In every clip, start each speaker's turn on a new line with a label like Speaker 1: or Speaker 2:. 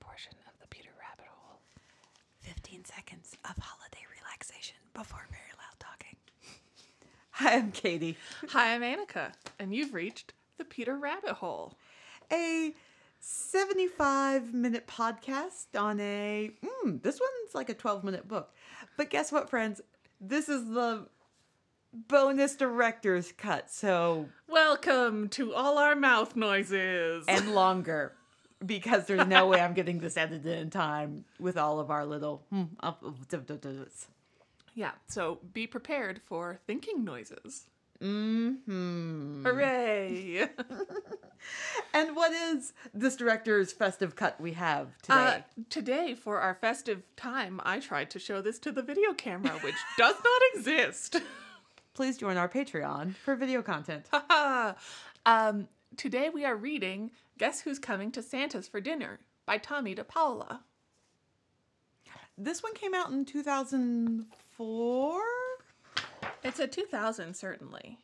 Speaker 1: portion of the Peter Rabbit Hole. 15 seconds of holiday relaxation before very loud talking.
Speaker 2: Hi, I'm Katie.
Speaker 3: Hi, I'm Annika, and you've reached the Peter Rabbit Hole.
Speaker 2: A 75 minute podcast on a, mm, this one's like a 12 minute book. But guess what, friends? This is the bonus director's cut, so,
Speaker 3: Welcome to all our mouth noises.
Speaker 2: and longer. Because there's no way I'm getting this edited in time with all of our little. Hmm, up- up- up- up- up- ups.
Speaker 3: yeah, so be prepared for thinking noises. Mm-hmm. Hooray!
Speaker 2: And what is this director's festive cut we have today?
Speaker 3: Uh, today, for our festive time, I tried to show this to the video camera, which does not exist.
Speaker 2: Please join our Patreon for video content.
Speaker 3: um, today, we are reading Guess Who's Coming to Santa's for Dinner by Tommy DePaola.
Speaker 2: This one came out in 2004.
Speaker 3: It's a 2000, certainly.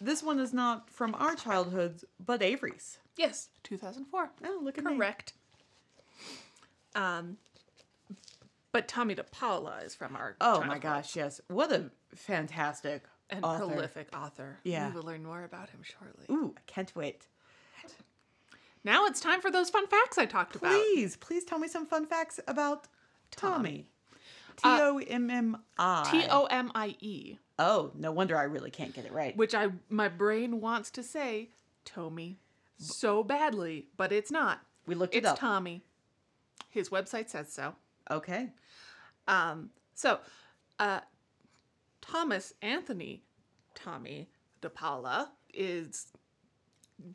Speaker 2: This one is not from our childhoods, but Avery's.
Speaker 3: Yes, 2004.
Speaker 2: Oh, look at me.
Speaker 3: Correct. Um, but Tommy DePaola is from our
Speaker 2: Oh my
Speaker 3: childhood
Speaker 2: gosh, yes. What a fantastic
Speaker 3: and
Speaker 2: author.
Speaker 3: prolific author.
Speaker 2: Yeah.
Speaker 3: we will learn more about him shortly.
Speaker 2: Ooh, I can't wait.
Speaker 3: Now it's time for those fun facts I talked about.
Speaker 2: Please, please tell me some fun facts about Tommy. T O M M I.
Speaker 3: T O M I E,
Speaker 2: Oh, no wonder I really can't get it right.
Speaker 3: which I my brain wants to say Tommy so badly, but it's not.
Speaker 2: We looked it
Speaker 3: It's
Speaker 2: up.
Speaker 3: Tommy. His website says so.
Speaker 2: Okay.
Speaker 3: Um, so, uh, Thomas Anthony Tommy DePaula is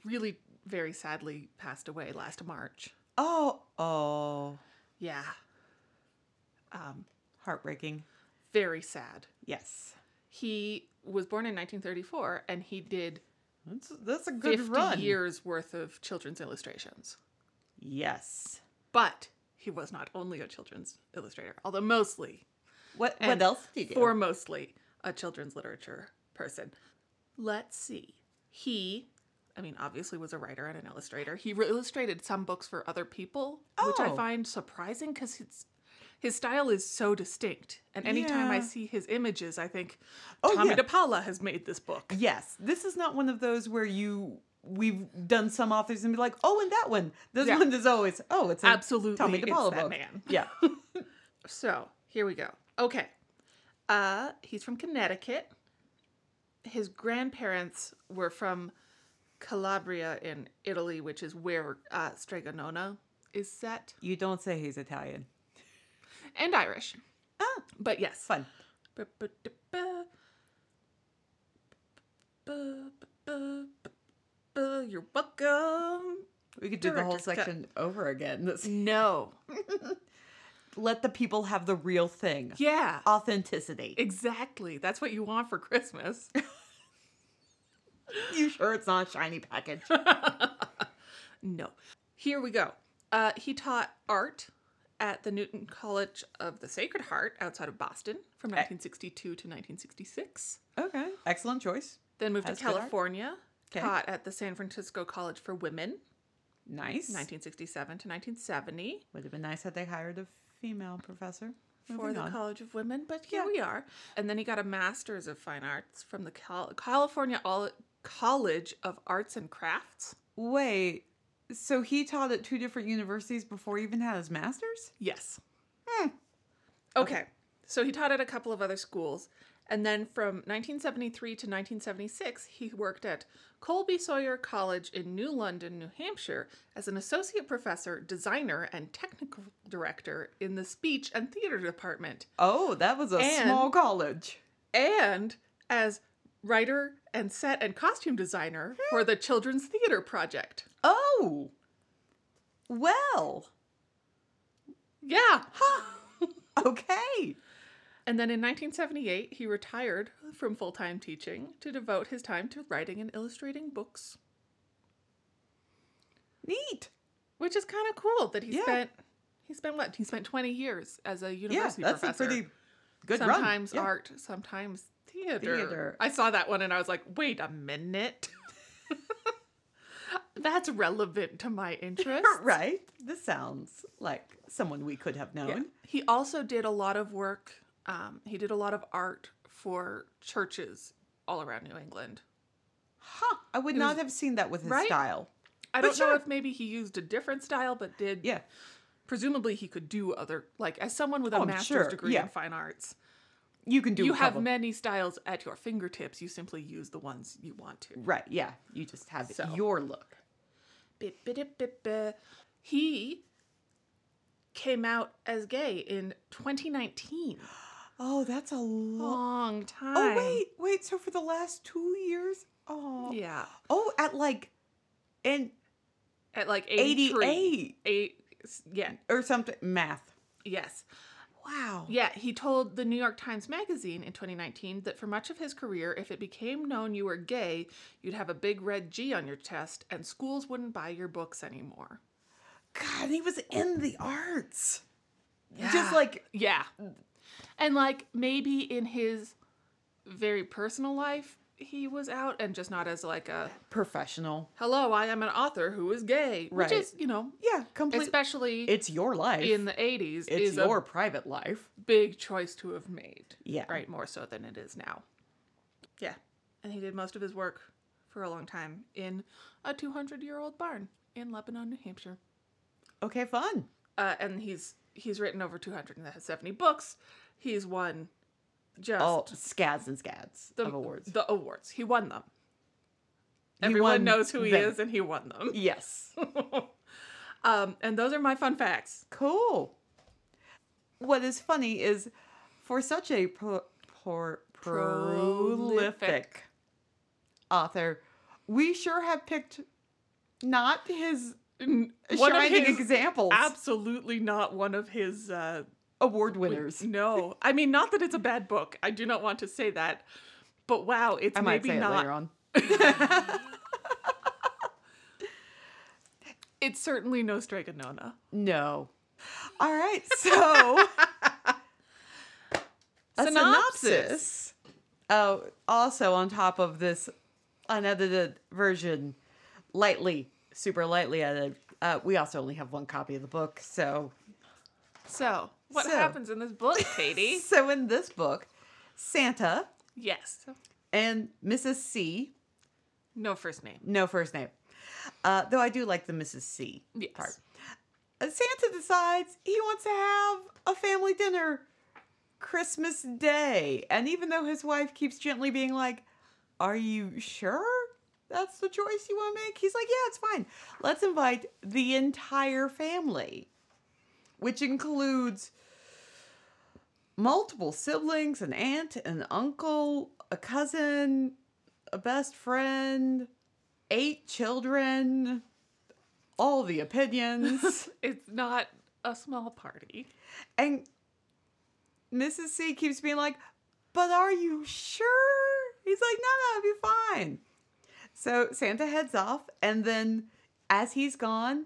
Speaker 3: really very sadly passed away last March.
Speaker 2: Oh, oh,
Speaker 3: Yeah. Um,
Speaker 2: heartbreaking.
Speaker 3: very sad.
Speaker 2: Yes.
Speaker 3: He was born in 1934 and he did
Speaker 2: That's, that's a good
Speaker 3: 50
Speaker 2: run.
Speaker 3: years worth of children's illustrations.
Speaker 2: Yes.
Speaker 3: But he was not only a children's illustrator, although mostly
Speaker 2: What
Speaker 3: And
Speaker 2: what else did you do?
Speaker 3: foremostly a children's literature person. Let's see. He, I mean, obviously was a writer and an illustrator. He re- illustrated some books for other people, which I
Speaker 2: Oh.
Speaker 3: find surprising because his his style is so distinct. And anytime I
Speaker 2: Yeah.
Speaker 3: see his images, I think
Speaker 2: Oh,
Speaker 3: Tommy
Speaker 2: yeah.
Speaker 3: DePaula has made this book.
Speaker 2: Yes, this is not one of those where you we've done some authors and be like, oh, and that one. This
Speaker 3: Yeah.
Speaker 2: one is always oh, it's a
Speaker 3: Absolutely,
Speaker 2: Tommy
Speaker 3: it's
Speaker 2: DePaulo
Speaker 3: that
Speaker 2: book.
Speaker 3: man.
Speaker 2: Yeah.
Speaker 3: So here we go. Okay. Uh, he's from Connecticut. His grandparents were from Calabria in Italy, which is where uh, Strega Nona is set,
Speaker 2: you don't say he's Italian.
Speaker 3: and Irish.
Speaker 2: Ah,
Speaker 3: But yes.
Speaker 2: fun.
Speaker 3: You're welcome.
Speaker 2: We could do the whole
Speaker 3: Director's cut.
Speaker 2: section over again. Let's-
Speaker 3: No.
Speaker 2: let the people have the real thing.
Speaker 3: Yeah.
Speaker 2: Authenticity.
Speaker 3: Exactly. That's what you want for Christmas.
Speaker 2: you sure it's not a shiny package?
Speaker 3: No. Here we go. Uh, he taught art at the Newton College of the Sacred Heart outside of Boston from 1962 to 1966.
Speaker 2: okay. Excellent choice.
Speaker 3: Then moved
Speaker 2: That's
Speaker 3: to
Speaker 2: good art.
Speaker 3: California,
Speaker 2: Okay.
Speaker 3: taught at the San Francisco College for Women,
Speaker 2: Nice.
Speaker 3: 1967 to 1970,
Speaker 2: Would have been nice had they hired a female professor.
Speaker 3: for
Speaker 2: Moving
Speaker 3: the
Speaker 2: on.
Speaker 3: College of Women, but here
Speaker 2: Yeah.
Speaker 3: we are. And then he got a Master's of Fine Arts from the Cal- California All- College of Arts and Crafts.
Speaker 2: Wait, so he taught at two different universities before he even had his master's?
Speaker 3: Yes.
Speaker 2: Hmm.
Speaker 3: Okay. So he taught at a couple of other schools. And then from 1973 to 1976, he worked at Colby Sawyer College in New London, New Hampshire, as an associate professor, designer, and technical director in the speech and theater department,
Speaker 2: Oh, that was a
Speaker 3: And-
Speaker 2: small college.
Speaker 3: and as writer and set and costume designer for Hmm. the Children's Theater Project.
Speaker 2: Oh, well,
Speaker 3: Yeah.
Speaker 2: okay.
Speaker 3: And then in 1978, he retired from full time teaching to devote his time to writing and illustrating books,
Speaker 2: Neat.
Speaker 3: which is kind of cool that he
Speaker 2: Yeah.
Speaker 3: spent. He spent what? He spent 20 years as a university
Speaker 2: yeah, that's
Speaker 3: professor.
Speaker 2: a pretty good run.
Speaker 3: sometimes
Speaker 2: Yeah.
Speaker 3: art, sometimes theater.
Speaker 2: Theater.
Speaker 3: I saw that one and I was like, wait a minute. That's relevant to my interest.
Speaker 2: right? This sounds like someone we could have known.
Speaker 3: Yeah. He also did a lot of work. Um, he did a lot of art for churches all around New England.
Speaker 2: Huh. I would not have seen that with his
Speaker 3: Right?
Speaker 2: style.
Speaker 3: I
Speaker 2: But
Speaker 3: don't
Speaker 2: sure.
Speaker 3: know if maybe he used a different style, but did
Speaker 2: Yeah.
Speaker 3: presumably he could do other like as someone with a
Speaker 2: Oh, I'm
Speaker 3: master's
Speaker 2: sure.
Speaker 3: degree
Speaker 2: Yeah.
Speaker 3: in fine arts.
Speaker 2: You can do
Speaker 3: you
Speaker 2: a
Speaker 3: have
Speaker 2: couple-
Speaker 3: many styles at your fingertips. You simply use the ones you want to.
Speaker 2: Right, yeah. You just have
Speaker 3: So.
Speaker 2: your look.
Speaker 3: Bip, bidip, bip, bip. He came out as gay in 2019.
Speaker 2: Oh, that's a long
Speaker 3: Long time.
Speaker 2: Oh wait, wait, so for the last two years? Oh
Speaker 3: Yeah.
Speaker 2: Oh, at like in
Speaker 3: At like 83.
Speaker 2: 88
Speaker 3: Eight, yeah.
Speaker 2: or something math.
Speaker 3: Yes.
Speaker 2: Wow.
Speaker 3: Yeah, he told the New York Times Magazine in 2019 that for much of his career, if it became known you were gay, you'd have a big red G on your chest and schools wouldn't buy your books anymore.
Speaker 2: God, he was in the arts.
Speaker 3: Yeah.
Speaker 2: Just like
Speaker 3: Yeah. And like maybe in his very personal life, he was out and just not as like a
Speaker 2: professional.
Speaker 3: hello, I am an author who is gay,
Speaker 2: Right.
Speaker 3: which is, you know,
Speaker 2: Yeah, completely.
Speaker 3: especially
Speaker 2: It's your life.
Speaker 3: in the 80s
Speaker 2: it's
Speaker 3: is
Speaker 2: your
Speaker 3: a
Speaker 2: private life.
Speaker 3: big choice to have made.
Speaker 2: Yeah.
Speaker 3: Right, more so than it is now. Yeah. And he did most of his work for a long time in a 200-year-old barn in Lebanon, New Hampshire.
Speaker 2: Okay, fun.
Speaker 3: Uh, and he's he's written over 270 books. He's won just
Speaker 2: Oh, scads and scads
Speaker 3: the
Speaker 2: of awards.
Speaker 3: The awards. He won them.
Speaker 2: He
Speaker 3: Everyone
Speaker 2: won
Speaker 3: knows who he
Speaker 2: them.
Speaker 3: is, and he won them.
Speaker 2: Yes.
Speaker 3: Um, and those are my fun facts.
Speaker 2: Cool. What is funny is for such a pro- por- prolific,
Speaker 3: Prolific.
Speaker 2: author, we sure have picked not his
Speaker 3: N- One of
Speaker 2: shining
Speaker 3: his,
Speaker 2: examples,
Speaker 3: absolutely not one of his. Uh,
Speaker 2: award winners.
Speaker 3: no, I mean not that it's a bad book. I do not want to say that. But wow, it's
Speaker 2: I might
Speaker 3: maybe
Speaker 2: say it
Speaker 3: not.
Speaker 2: later on.
Speaker 3: It's certainly no Stregonona.
Speaker 2: No. All right, so a synopsis. Oh, also on top of this unedited version, lightly, super lightly edited. Uh, we also only have one copy of the book, so
Speaker 3: So what
Speaker 2: So.
Speaker 3: happens in this book, Katie?
Speaker 2: so in this book, Santa
Speaker 3: yes,
Speaker 2: and Mrs. C,
Speaker 3: no first name.
Speaker 2: no first name, uh, though I do like the Mrs. C
Speaker 3: Yes.
Speaker 2: part. Uh, Santa decides he wants to have a family dinner Christmas Day. And even though his wife keeps gently being like, Are you sure that's the choice you want to make? He's like, Yeah, it's fine. Let's invite the entire family, which includes multiple siblings an aunt, an uncle, a cousin, a best friend, eight children, all the opinions.
Speaker 3: It's not a small party.
Speaker 2: And Mrs. C keeps being like, But are you sure? He's like, No, no, it'll be fine. So Santa heads off, and then as he's gone,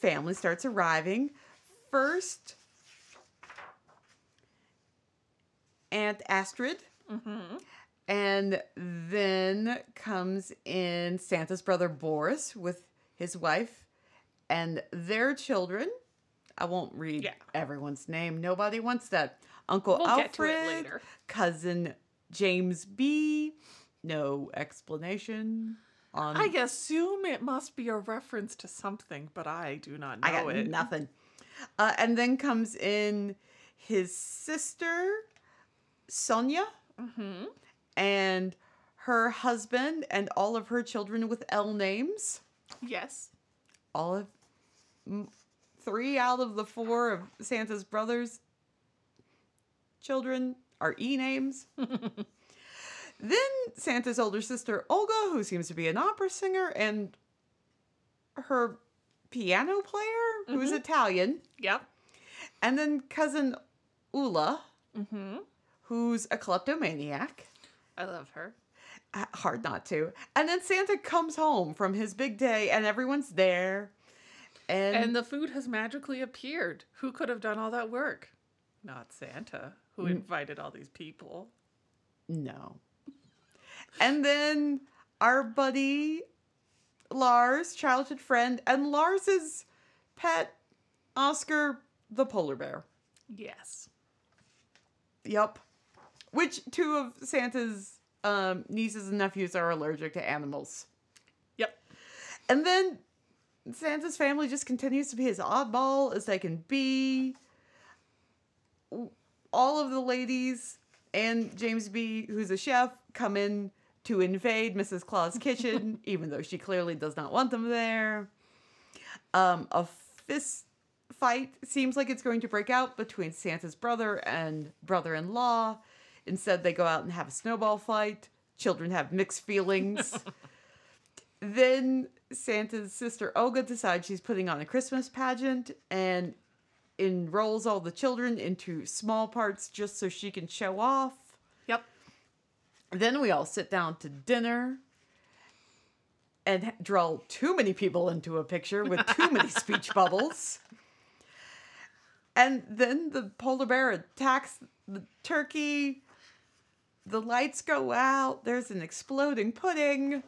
Speaker 2: family starts arriving. First, Aunt Astrid.
Speaker 3: Mm-hmm.
Speaker 2: And then comes in Santa's brother Boris with his wife and their children. I won't read
Speaker 3: Yeah.
Speaker 2: everyone's name. Nobody wants that. Uncle
Speaker 3: We'll get to it
Speaker 2: Alfred,
Speaker 3: later.
Speaker 2: cousin James B. No explanation on.
Speaker 3: I assume it must be a reference to something, but I do not know
Speaker 2: I got
Speaker 3: it.
Speaker 2: nothing. Uh, and then comes in his sister, Sonia,
Speaker 3: Mm-hmm.
Speaker 2: and her husband, and all of her children with L names.
Speaker 3: Yes.
Speaker 2: All of m- three out of the four of Santa's brothers' children are E names. then Santa's older sister, Olga, who seems to be an opera singer, and her piano player, who's Italian.
Speaker 3: Yep.
Speaker 2: And then cousin Ula,
Speaker 3: Mm-hmm.
Speaker 2: who's a kleptomaniac.
Speaker 3: I love her.
Speaker 2: Uh, Hard not to. And then Santa comes home from his big day and everyone's there. And,
Speaker 3: And the food has magically appeared. Who could have done all that work? Not Santa, who invited all these people.
Speaker 2: no. And then our buddy Lars, childhood friend, and Lars's pet, Oscar the polar bear.
Speaker 3: Yes.
Speaker 2: Yep. Which two of Santa's um, nieces and nephews are allergic to animals.
Speaker 3: Yep.
Speaker 2: And then Santa's family just continues to be as oddball as they can be. All of the ladies and James B., who's a chef, come in to invade Mrs. Claus' kitchen, even though she clearly does not want them there. Um, a fist fight seems like it's going to break out between Santa's brother and brother in law. Instead, they go out and have a snowball fight. Children have mixed feelings. then Santa's sister Olga decides she's putting on a Christmas pageant and enrolls all the children into small parts just so she can show off.
Speaker 3: Yep.
Speaker 2: Then we all sit down to dinner and ha- draw too many people into a picture with too many speech bubbles. And then the polar bear attacks the turkey. The lights go out. There's an exploding pudding.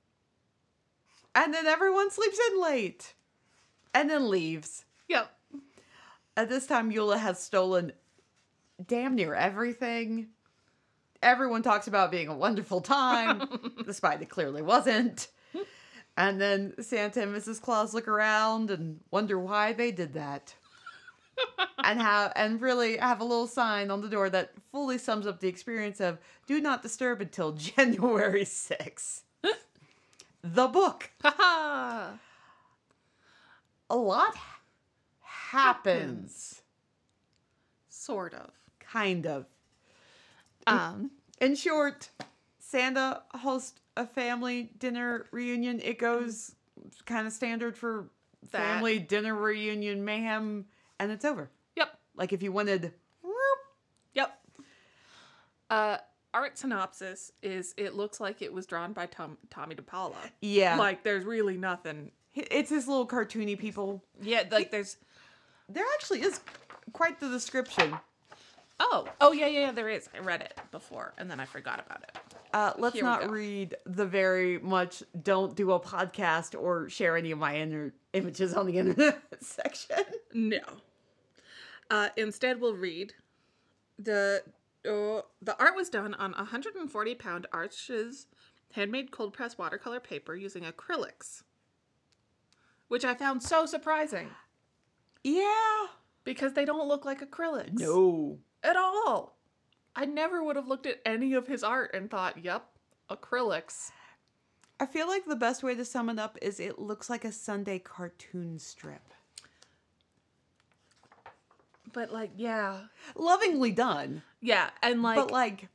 Speaker 2: and then everyone sleeps in late and then leaves.
Speaker 3: Yep.
Speaker 2: At this time, Eula has stolen damn near everything. Everyone talks about being a wonderful time, despite it clearly wasn't. And then Santa and Mrs. Claus look around and wonder why they did that. and have and really have a little sign on the door that fully sums up the experience of do not disturb until January 6th. the book.
Speaker 3: Haha.
Speaker 2: A lot ha- happens.
Speaker 3: Sort of.
Speaker 2: Kind of.
Speaker 3: Um.
Speaker 2: In short, Santa hosts a family dinner reunion. It goes kind of standard for
Speaker 3: That.
Speaker 2: family dinner reunion mayhem, and it's over.
Speaker 3: Yep.
Speaker 2: Like if you wanted,
Speaker 3: Yep. Uh, art synopsis is it looks like it was drawn by Tom, Tommy DePaula.
Speaker 2: yeah, like
Speaker 3: Like there's really nothing.
Speaker 2: it's his little cartoony people.
Speaker 3: Yeah, like there's
Speaker 2: There actually is quite the description.
Speaker 3: oh oh yeah yeah yeah, there is. I read it before and then I forgot about it.
Speaker 2: Uh, let's
Speaker 3: Here we
Speaker 2: not
Speaker 3: go.
Speaker 2: read the very much don't do a podcast or share any of my inner images on the internet section.
Speaker 3: No. Uh, instead, we'll read the oh, the art was done on 140 pound Arches handmade cold press watercolor paper using acrylics, which I found so surprising
Speaker 2: Yeah.
Speaker 3: because they don't look like acrylics.
Speaker 2: No.
Speaker 3: at all. I never would have looked at any of his art and thought, "Yep, acrylics."
Speaker 2: I feel like the best way to sum it up is it looks like a Sunday cartoon strip.
Speaker 3: But like, yeah,
Speaker 2: Lovingly done,
Speaker 3: yeah, and like,
Speaker 2: but like,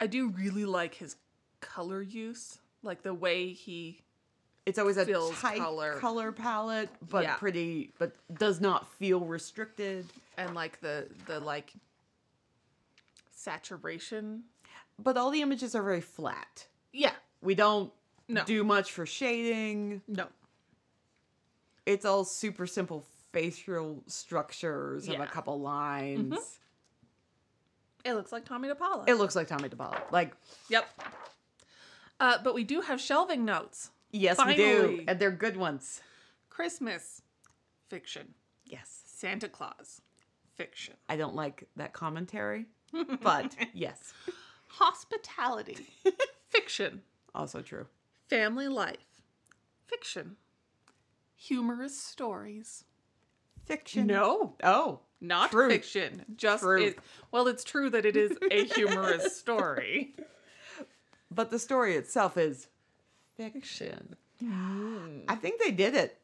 Speaker 3: I do really like his color use, like the way he.
Speaker 2: it's always a
Speaker 3: Feels
Speaker 2: tight color.
Speaker 3: color.
Speaker 2: palette, but
Speaker 3: Yeah.
Speaker 2: pretty, but does not feel restricted.
Speaker 3: and like the the like saturation.
Speaker 2: But all the images are very flat.
Speaker 3: Yeah.
Speaker 2: We don't
Speaker 3: No.
Speaker 2: do much for shading.
Speaker 3: No.
Speaker 2: It's all super simple facial structures of a
Speaker 3: Yeah. Mm-hmm.
Speaker 2: couple lines.
Speaker 3: It looks like Tommy DePaula.
Speaker 2: It looks like Tommy DePaulo. Like,
Speaker 3: yep. Uh, but we do have shelving notes.
Speaker 2: yes, we do,
Speaker 3: Finally.
Speaker 2: and they're good ones.
Speaker 3: Christmas fiction.
Speaker 2: Yes,
Speaker 3: Santa Claus fiction.
Speaker 2: I don't like that commentary, but yes.
Speaker 3: Hospitality fiction.
Speaker 2: Also true.
Speaker 3: Family life fiction. Humorous stories.
Speaker 2: Fiction.
Speaker 3: No,
Speaker 2: Oh.
Speaker 3: not
Speaker 2: True.
Speaker 3: fiction. Just
Speaker 2: True.
Speaker 3: it, well, it's true that it is a humorous story.
Speaker 2: But the story itself is fiction. I think they did it.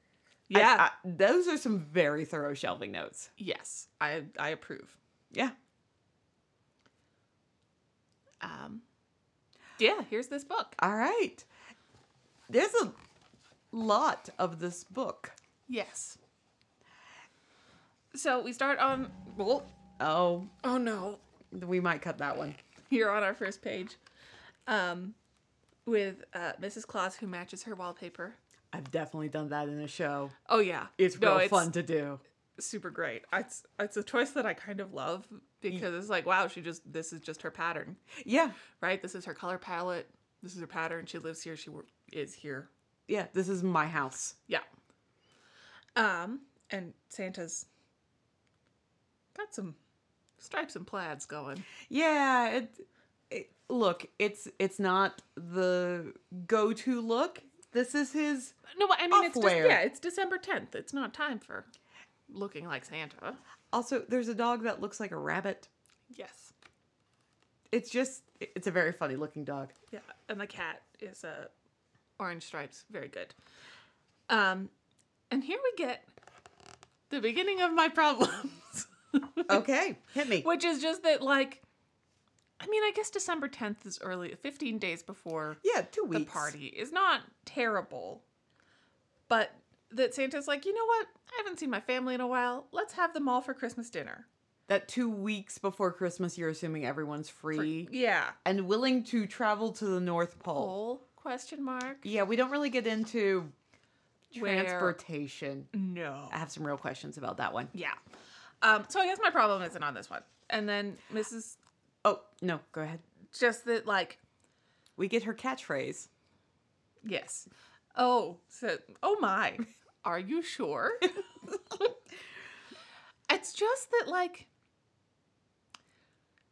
Speaker 2: I-
Speaker 3: Yeah.
Speaker 2: I- those are some very thorough shelving notes.
Speaker 3: Yes, I I approve.
Speaker 2: Yeah.
Speaker 3: Um, yeah, here's this book.
Speaker 2: All right. There's a lot of this book.
Speaker 3: Yes. So we start on well,
Speaker 2: Oh,
Speaker 3: oh no,
Speaker 2: we might cut that one.
Speaker 3: here on our first page, um, with uh, Mrs. Claus who matches her wallpaper.
Speaker 2: I've definitely done that in a show.
Speaker 3: Oh yeah,
Speaker 2: It's real fun to do.
Speaker 3: super great. It's it's a choice that I kind of love because it's like wow, she just this is just her pattern,
Speaker 2: Yeah.
Speaker 3: right? This is her color palette. This is her pattern. She lives here. She wor- is here.
Speaker 2: Yeah, this is my house.
Speaker 3: Yeah. Um, and Santa's got some stripes and plaids going.
Speaker 2: Yeah, it, it look, it's it's not the go-to look. This is his
Speaker 3: No, but I mean it's just,
Speaker 2: Off-wear.
Speaker 3: yeah, it's December tenth. It's not time for looking like Santa.
Speaker 2: Also, there's a dog that looks like a rabbit.
Speaker 3: Yes.
Speaker 2: It's just it's a very funny looking dog.
Speaker 3: Yeah, and the cat is uh, orange stripes. Very good. Um, and here we get the beginning of my problems,
Speaker 2: Okay, hit me.
Speaker 3: which is just that like, I mean, I guess December tenth is early, fifteen days before
Speaker 2: Yeah, two weeks.
Speaker 3: the party is not terrible, but that Santa's like, you know what? I haven't seen my family in a while. Let's have them all for Christmas dinner.
Speaker 2: That two weeks before Christmas, you're assuming everyone's free
Speaker 3: Yeah.
Speaker 2: and willing to travel to the North Pole.
Speaker 3: Whole question mark?
Speaker 2: Yeah, we don't really get into
Speaker 3: Where-
Speaker 2: transportation.
Speaker 3: No.
Speaker 2: I have some real questions about that one.
Speaker 3: Yeah. Um, so I guess my problem isn't on this one. And then Mrs.
Speaker 2: Oh no, go ahead.
Speaker 3: Just that, like,
Speaker 2: We get her catchphrase.
Speaker 3: yes. Oh, so, oh my. Are you sure? it's just that, like,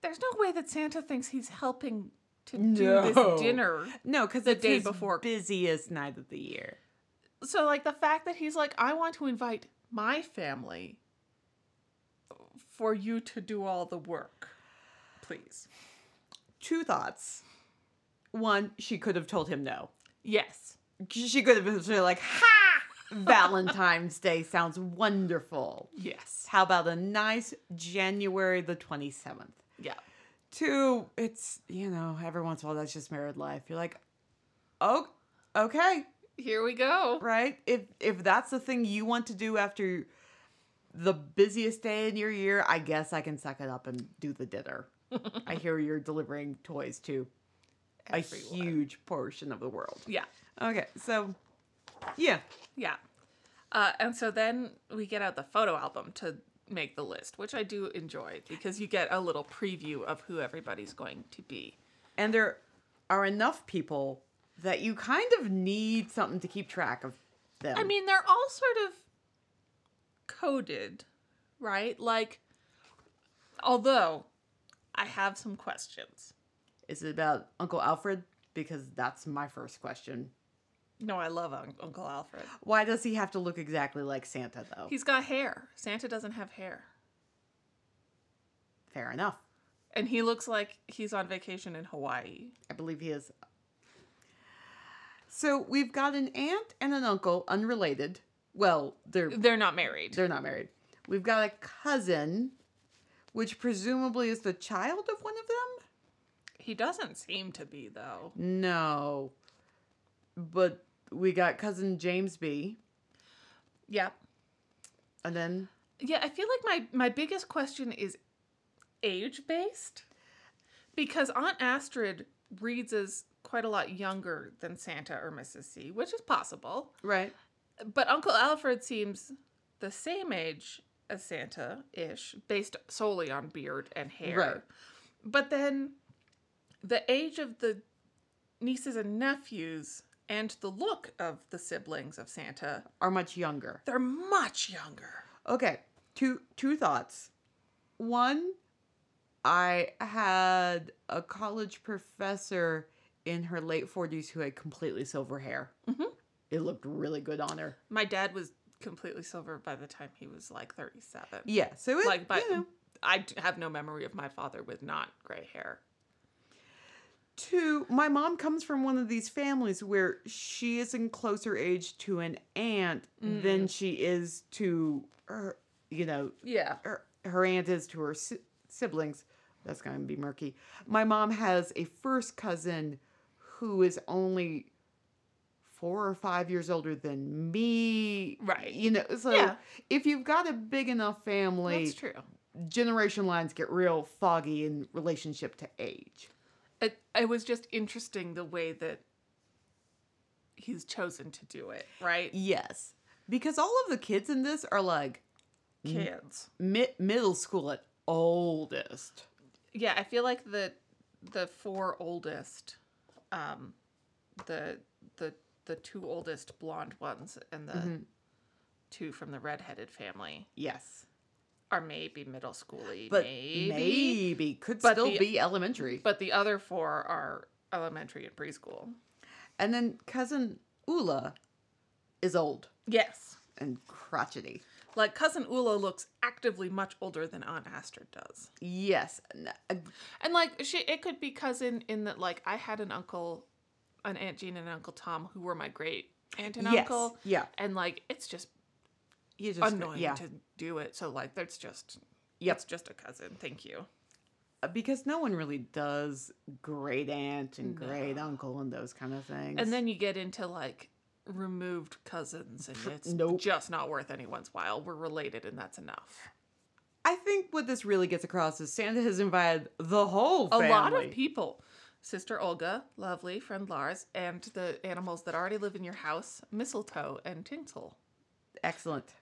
Speaker 3: there's no way that Santa thinks he's helping to do
Speaker 2: No.
Speaker 3: this dinner.
Speaker 2: No, because the
Speaker 3: day
Speaker 2: his
Speaker 3: before-
Speaker 2: busiest night of the year.
Speaker 3: So, like, the fact that he's like, I want to invite my family for you to do all the work, please.
Speaker 2: Two thoughts. One, she could have told him no.
Speaker 3: Yes.
Speaker 2: She could have been sort of like, ha! Valentine's Day sounds wonderful.
Speaker 3: Yes.
Speaker 2: How about a nice January the 27th?
Speaker 3: Yeah.
Speaker 2: Two, it's, you know, every once in a while that's just married life. You're like, oh, okay,
Speaker 3: Here we go.
Speaker 2: right? If if that's the thing you want to do after the busiest day in your year, I guess I can suck it up and do the dinner. I hear you're delivering toys to a
Speaker 3: Everyone.
Speaker 2: huge portion of the world.
Speaker 3: Yeah.
Speaker 2: Okay, so yeah,
Speaker 3: Yeah. Uh, and so then we get out the photo album to make the list, which I do enjoy because you get a little preview of who everybody's going to be.
Speaker 2: and there are enough people that you kind of need something to keep track of them.
Speaker 3: I mean, they're all sort of coded, right? Like, although I have some questions.
Speaker 2: is it about Uncle Alfred? Because that's my first question.
Speaker 3: No, I love Un- Uncle Alfred.
Speaker 2: Why does he have to look exactly like Santa though?
Speaker 3: He's got hair. Santa doesn't have hair.
Speaker 2: Fair enough.
Speaker 3: And he looks like he's on vacation in Hawaii.
Speaker 2: I believe he is. So we've got an aunt and an uncle, unrelated. Well, they're
Speaker 3: They're not married.
Speaker 2: they're not married. We've got a cousin, which presumably is the child of one of them.
Speaker 3: he doesn't seem to be, though.
Speaker 2: No, but we got cousin James B.
Speaker 3: Yeah.
Speaker 2: And then
Speaker 3: Yeah, I feel like my my biggest question is age based because Aunt Astrid reads as quite a lot younger than Santa or Mrs. C, which is possible.
Speaker 2: right,
Speaker 3: But Uncle Alfred seems the same age as Santa ish, based solely on beard and hair.
Speaker 2: Right.
Speaker 3: But then the age of the nieces and nephews and the look of the siblings of Santa,
Speaker 2: are much younger.
Speaker 3: they're much younger.
Speaker 2: Okay, two two thoughts. One, I had a college professor in her late forties who had completely silver hair.
Speaker 3: Mhm.
Speaker 2: It looked really good on her.
Speaker 3: My dad was completely silver by the time he was like 37.
Speaker 2: Yeah, so it,
Speaker 3: Like, but
Speaker 2: you know.
Speaker 3: I d- have no memory of my father with not gray hair.
Speaker 2: Two, my mom comes from one of these families where she is in closer age to an aunt than she is to her. You know,
Speaker 3: Yeah.
Speaker 2: her, er, her aunt is to her si- siblings. That's going to be murky. My mom has a first cousin who is only four or five years older than me.
Speaker 3: Right.
Speaker 2: You know, so
Speaker 3: Yeah.
Speaker 2: if you've got a big enough family,
Speaker 3: That's true.
Speaker 2: generation lines get real foggy in relationship to age.
Speaker 3: It, it was just interesting the way that he's chosen to do it, right?
Speaker 2: Yes. Because all of the kids in this are like
Speaker 3: Kids.
Speaker 2: mi- middle school at oldest.
Speaker 3: Yeah, I feel like the the four oldest um, the the the two oldest blonde ones and the two from the redheaded family
Speaker 2: Yes.
Speaker 3: are maybe middle schooly,
Speaker 2: But
Speaker 3: maybe.
Speaker 2: maybe, could
Speaker 3: But
Speaker 2: still
Speaker 3: the-
Speaker 2: be elementary.
Speaker 3: But the other four are elementary and preschool.
Speaker 2: and then cousin Ula is old
Speaker 3: Yes.
Speaker 2: and crotchety.
Speaker 3: Like cousin Ula looks actively much older than Aunt Astrid does.
Speaker 2: Yes. n- uh,
Speaker 3: And like she it could be cousin in that like I had an uncle, an Aunt Jean and an Uncle Tom who were my great aunt and
Speaker 2: yes.
Speaker 3: uncle.
Speaker 2: Yeah.
Speaker 3: And like it's just
Speaker 2: You just
Speaker 3: annoying
Speaker 2: yeah.
Speaker 3: to do it. So like that's just
Speaker 2: Yep.
Speaker 3: it's just a cousin. Thank you.
Speaker 2: Uh, because no one really does great aunt and great uncle and those kind of things.
Speaker 3: And then you get into like removed cousins and it's
Speaker 2: Nope.
Speaker 3: just not worth anyone's while. We're related and that's enough.
Speaker 2: I think what this really gets across is Santa has invited the whole
Speaker 3: A
Speaker 2: family.
Speaker 3: lot of people. Sister Olga, lovely friend Lars, and the animals that already live in your house, mistletoe and tinsel.
Speaker 2: Excellent.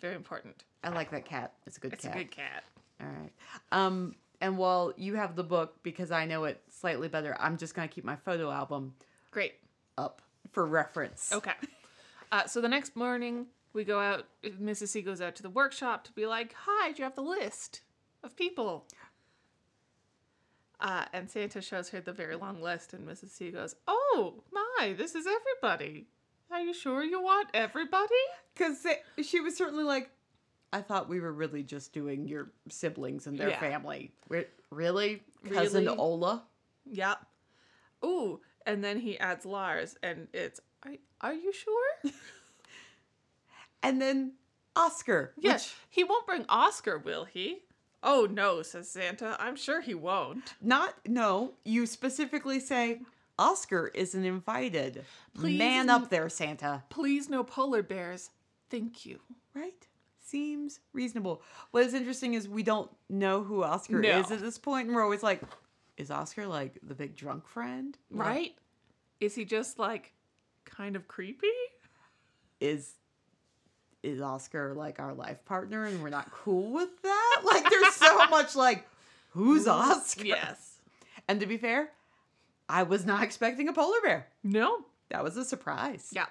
Speaker 3: Very important.
Speaker 2: I like that cat. It's a good
Speaker 3: It's
Speaker 2: cat.
Speaker 3: a good cat.
Speaker 2: All right. Um, and while you have the book because I know it slightly better, I'm just gonna keep my photo album
Speaker 3: Great.
Speaker 2: up for reference.
Speaker 3: Okay. Uh, so the next morning, we go out. Mrs. C goes out to the workshop to be like, "Hi, do you have the list of people?" Uh, and Santa shows her the very long list, and Mrs. C goes, "Oh my, this is everybody. Are you sure you want everybody?"
Speaker 2: Because she was certainly like, I thought we were really just doing your siblings and their
Speaker 3: Yeah.
Speaker 2: family. Re- really, cousin
Speaker 3: Really?
Speaker 2: Ola?
Speaker 3: Yep. Ooh, and then he adds Lars, and it's, "Are, are you sure?"
Speaker 2: And then Oscar. which-
Speaker 3: Yes. he won't bring Oscar, will he? Oh no, says Santa. I'm sure he won't.
Speaker 2: Not no. You specifically say Oscar isn't invited.
Speaker 3: Please
Speaker 2: Man
Speaker 3: n-
Speaker 2: up there, Santa.
Speaker 3: Please, no polar bears. Thank you.
Speaker 2: Right? Seems reasonable. What is interesting is we don't know who Oscar
Speaker 3: No.
Speaker 2: is at this point, and we're always like, is Oscar like the big drunk friend? Like,
Speaker 3: Right? Is he just like kind of creepy?
Speaker 2: Is is Oscar like our life partner and we're not cool with that? Like there's so much like who's Oscar?
Speaker 3: Yes.
Speaker 2: And to be fair, I was not expecting a polar bear.
Speaker 3: No.
Speaker 2: That was a surprise.
Speaker 3: Yeah.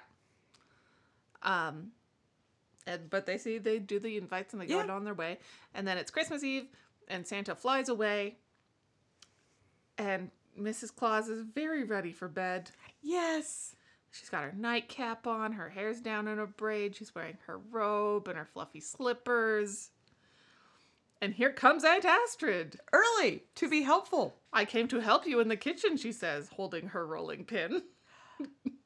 Speaker 3: Um and but they see they do the invites and they go
Speaker 2: Yeah.
Speaker 3: on their way. And then it's Christmas Eve and Santa flies away. And Mrs. Claus is very ready for bed.
Speaker 2: Yes.
Speaker 3: She's got her nightcap on, her hair's down in a braid, she's wearing her robe and her fluffy slippers. And here comes Aunt Astrid.
Speaker 2: Early to be helpful.
Speaker 3: I came to help you in the kitchen, she says, holding her rolling pin.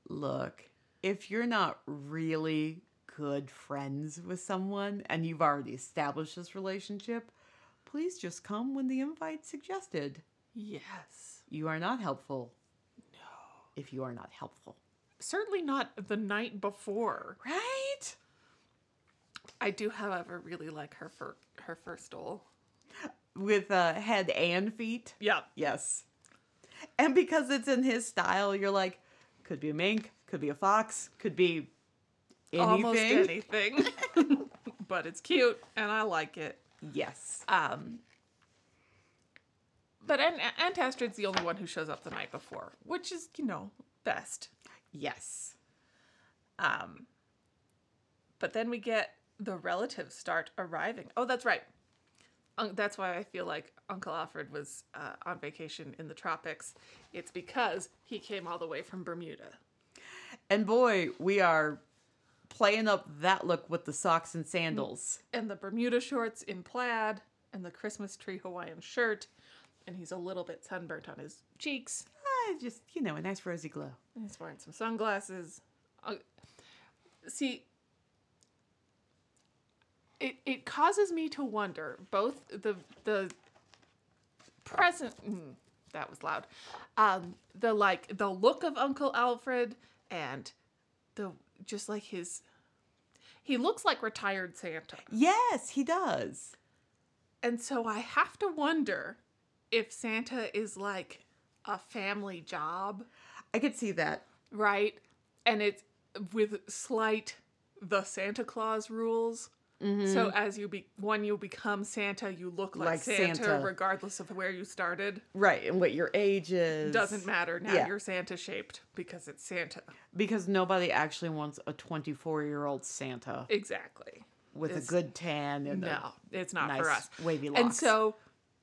Speaker 2: look, if you're not really good friends with someone and you've already established this relationship, please just come when the invite suggested.
Speaker 3: Yes.
Speaker 2: You are not helpful. No. If you are not helpful.
Speaker 3: Certainly not the night before.
Speaker 2: Right?
Speaker 3: I do, however, really like her fur her fur stole.
Speaker 2: With uh, head and feet.
Speaker 3: Yeah.
Speaker 2: Yes. And because it's in his style, you're like, could be a mink, could be a fox, could be anything.
Speaker 3: Almost anything. but it's cute and I like it.
Speaker 2: Yes.
Speaker 3: Um But Aunt, Aunt Astrid's the only one who shows up the night before, which is, you know, best.
Speaker 2: Yes.
Speaker 3: Um, but then we get the relatives start arriving. Oh, that's right. Un- that's why I feel like Uncle Alfred was uh, on vacation in the tropics. It's because he came all the way from Bermuda.
Speaker 2: And boy, we are playing up that look with the socks and sandals.
Speaker 3: And the Bermuda shorts in plaid, and the Christmas tree Hawaiian shirt, and he's a little bit sunburnt on his cheeks,
Speaker 2: Ah, just, you know, a nice rosy glow.
Speaker 3: and he's wearing some sunglasses. Uh, see, it it causes me to wonder both the the present. mm, that was loud. Um, the like the look of Uncle Alfred and the just like his. He looks like retired Santa,
Speaker 2: Yes, he does.
Speaker 3: and so I have to wonder if Santa is like a family job.
Speaker 2: I could see that.
Speaker 3: right? And it's with slight the Santa Claus rules So as you be when you become Santa, you look like,
Speaker 2: Mm-hmm. Like
Speaker 3: Santa,
Speaker 2: Santa.
Speaker 3: regardless of where you started.
Speaker 2: Right, and what your age is.
Speaker 3: Doesn't matter. Now
Speaker 2: yeah.
Speaker 3: you're Santa shaped because it's Santa.
Speaker 2: Because nobody actually wants a 24 year old Santa
Speaker 3: Exactly.
Speaker 2: with a
Speaker 3: It's-
Speaker 2: good tan and a-
Speaker 3: No, it's not for
Speaker 2: nice
Speaker 3: us.
Speaker 2: wavy
Speaker 3: And
Speaker 2: locks.
Speaker 3: so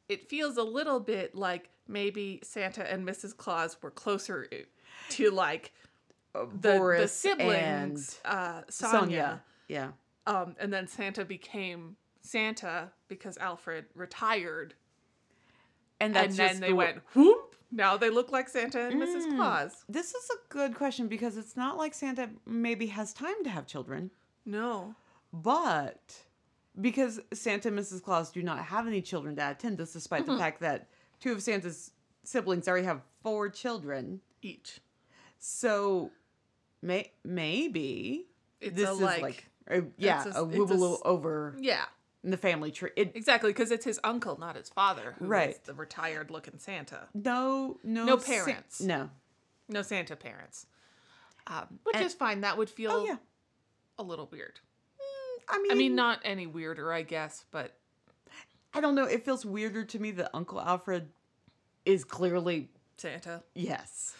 Speaker 3: it feels a little bit like maybe Santa and Mrs. Claus were closer to like the, the
Speaker 2: Boris
Speaker 3: siblings, uh, Sonia.
Speaker 2: Sonia. Yeah.
Speaker 3: Um, and then Santa became Santa because Alfred retired. and
Speaker 2: And that's
Speaker 3: then
Speaker 2: just
Speaker 3: they
Speaker 2: the- Mm.
Speaker 3: went, whoop, now they look like Santa and Mrs. Claus.
Speaker 2: This is a good question because it's not like Santa maybe has time to have children,
Speaker 3: No.
Speaker 2: but because Santa and Mrs. Claus do not have any children to attend this, despite
Speaker 3: Mm-hmm.
Speaker 2: the fact that two of Santa's siblings already have four children.
Speaker 3: Each.
Speaker 2: So may- maybe
Speaker 3: It's
Speaker 2: this
Speaker 3: a
Speaker 2: is
Speaker 3: like,
Speaker 2: like, a, yeah,
Speaker 3: it's a-
Speaker 2: a,
Speaker 3: it's a s-
Speaker 2: woobaloo over
Speaker 3: yeah,
Speaker 2: in the family tree. It,
Speaker 3: exactly. Because it's his uncle, not his father, who is
Speaker 2: Right.
Speaker 3: the retired looking Santa.
Speaker 2: no, no,
Speaker 3: No
Speaker 2: Sa-
Speaker 3: parents.
Speaker 2: no.
Speaker 3: No Santa parents. Um, which
Speaker 2: And-
Speaker 3: is fine. That would feel
Speaker 2: Oh yeah.
Speaker 3: a little weird.
Speaker 2: I mean,
Speaker 3: I mean, not any weirder, I guess, but
Speaker 2: I don't know. It feels weirder to me that Uncle Alfred is clearly
Speaker 3: Santa.
Speaker 2: yes.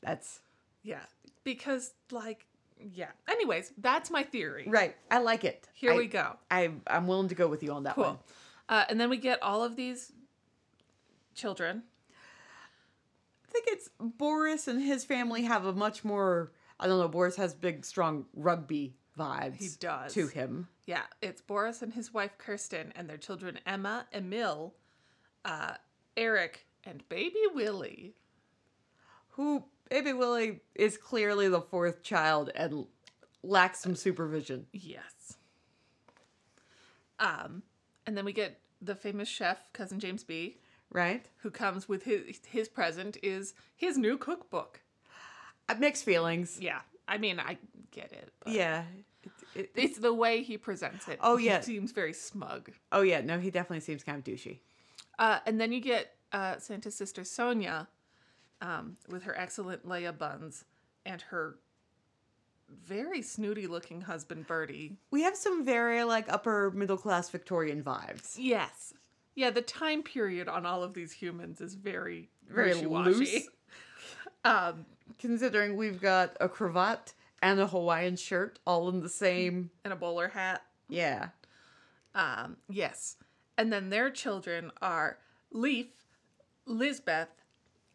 Speaker 2: That's
Speaker 3: Yeah. Because, like, yeah. Anyways, that's my theory.
Speaker 2: right. I like it.
Speaker 3: Here
Speaker 2: I-
Speaker 3: we go.
Speaker 2: I I'm willing to go with you on that one.
Speaker 3: Cool. Uh, and then we get all of these children.
Speaker 2: I think it's Boris and his family have a much more. I don't know. Boris has big, strong rugby vibes.
Speaker 3: He does.
Speaker 2: to him.
Speaker 3: Yeah, it's Boris and his wife Kirsten and their children Emma, Emil, uh, Eric, and baby Willie.
Speaker 2: who baby Willie is clearly the fourth child and lacks some supervision.
Speaker 3: Yes. Um, and then we get the famous chef, cousin James B,
Speaker 2: Right?
Speaker 3: who comes with his his present is his new cookbook.
Speaker 2: Uh, Mixed feelings.
Speaker 3: Yeah, I mean I get it. But
Speaker 2: Yeah. It- it-
Speaker 3: It's the way he presents it.
Speaker 2: Oh,
Speaker 3: He
Speaker 2: yeah.
Speaker 3: seems very smug.
Speaker 2: oh yeah, no, he definitely seems kind of douchey.
Speaker 3: Uh, and then you get uh, Santa's sister Sonia um, with her excellent Leia buns and her very snooty looking husband Bertie.
Speaker 2: We have some very like upper middle class Victorian vibes.
Speaker 3: Yes. Yeah, the time period on all of these humans is very,
Speaker 2: Very
Speaker 3: wishy-washy.
Speaker 2: loose.
Speaker 3: Um,
Speaker 2: Considering we've got a cravat and a Hawaiian shirt all in the same
Speaker 3: and a bowler hat.
Speaker 2: Yeah.
Speaker 3: Um, yes. And then their children are Leaf, Lisbeth,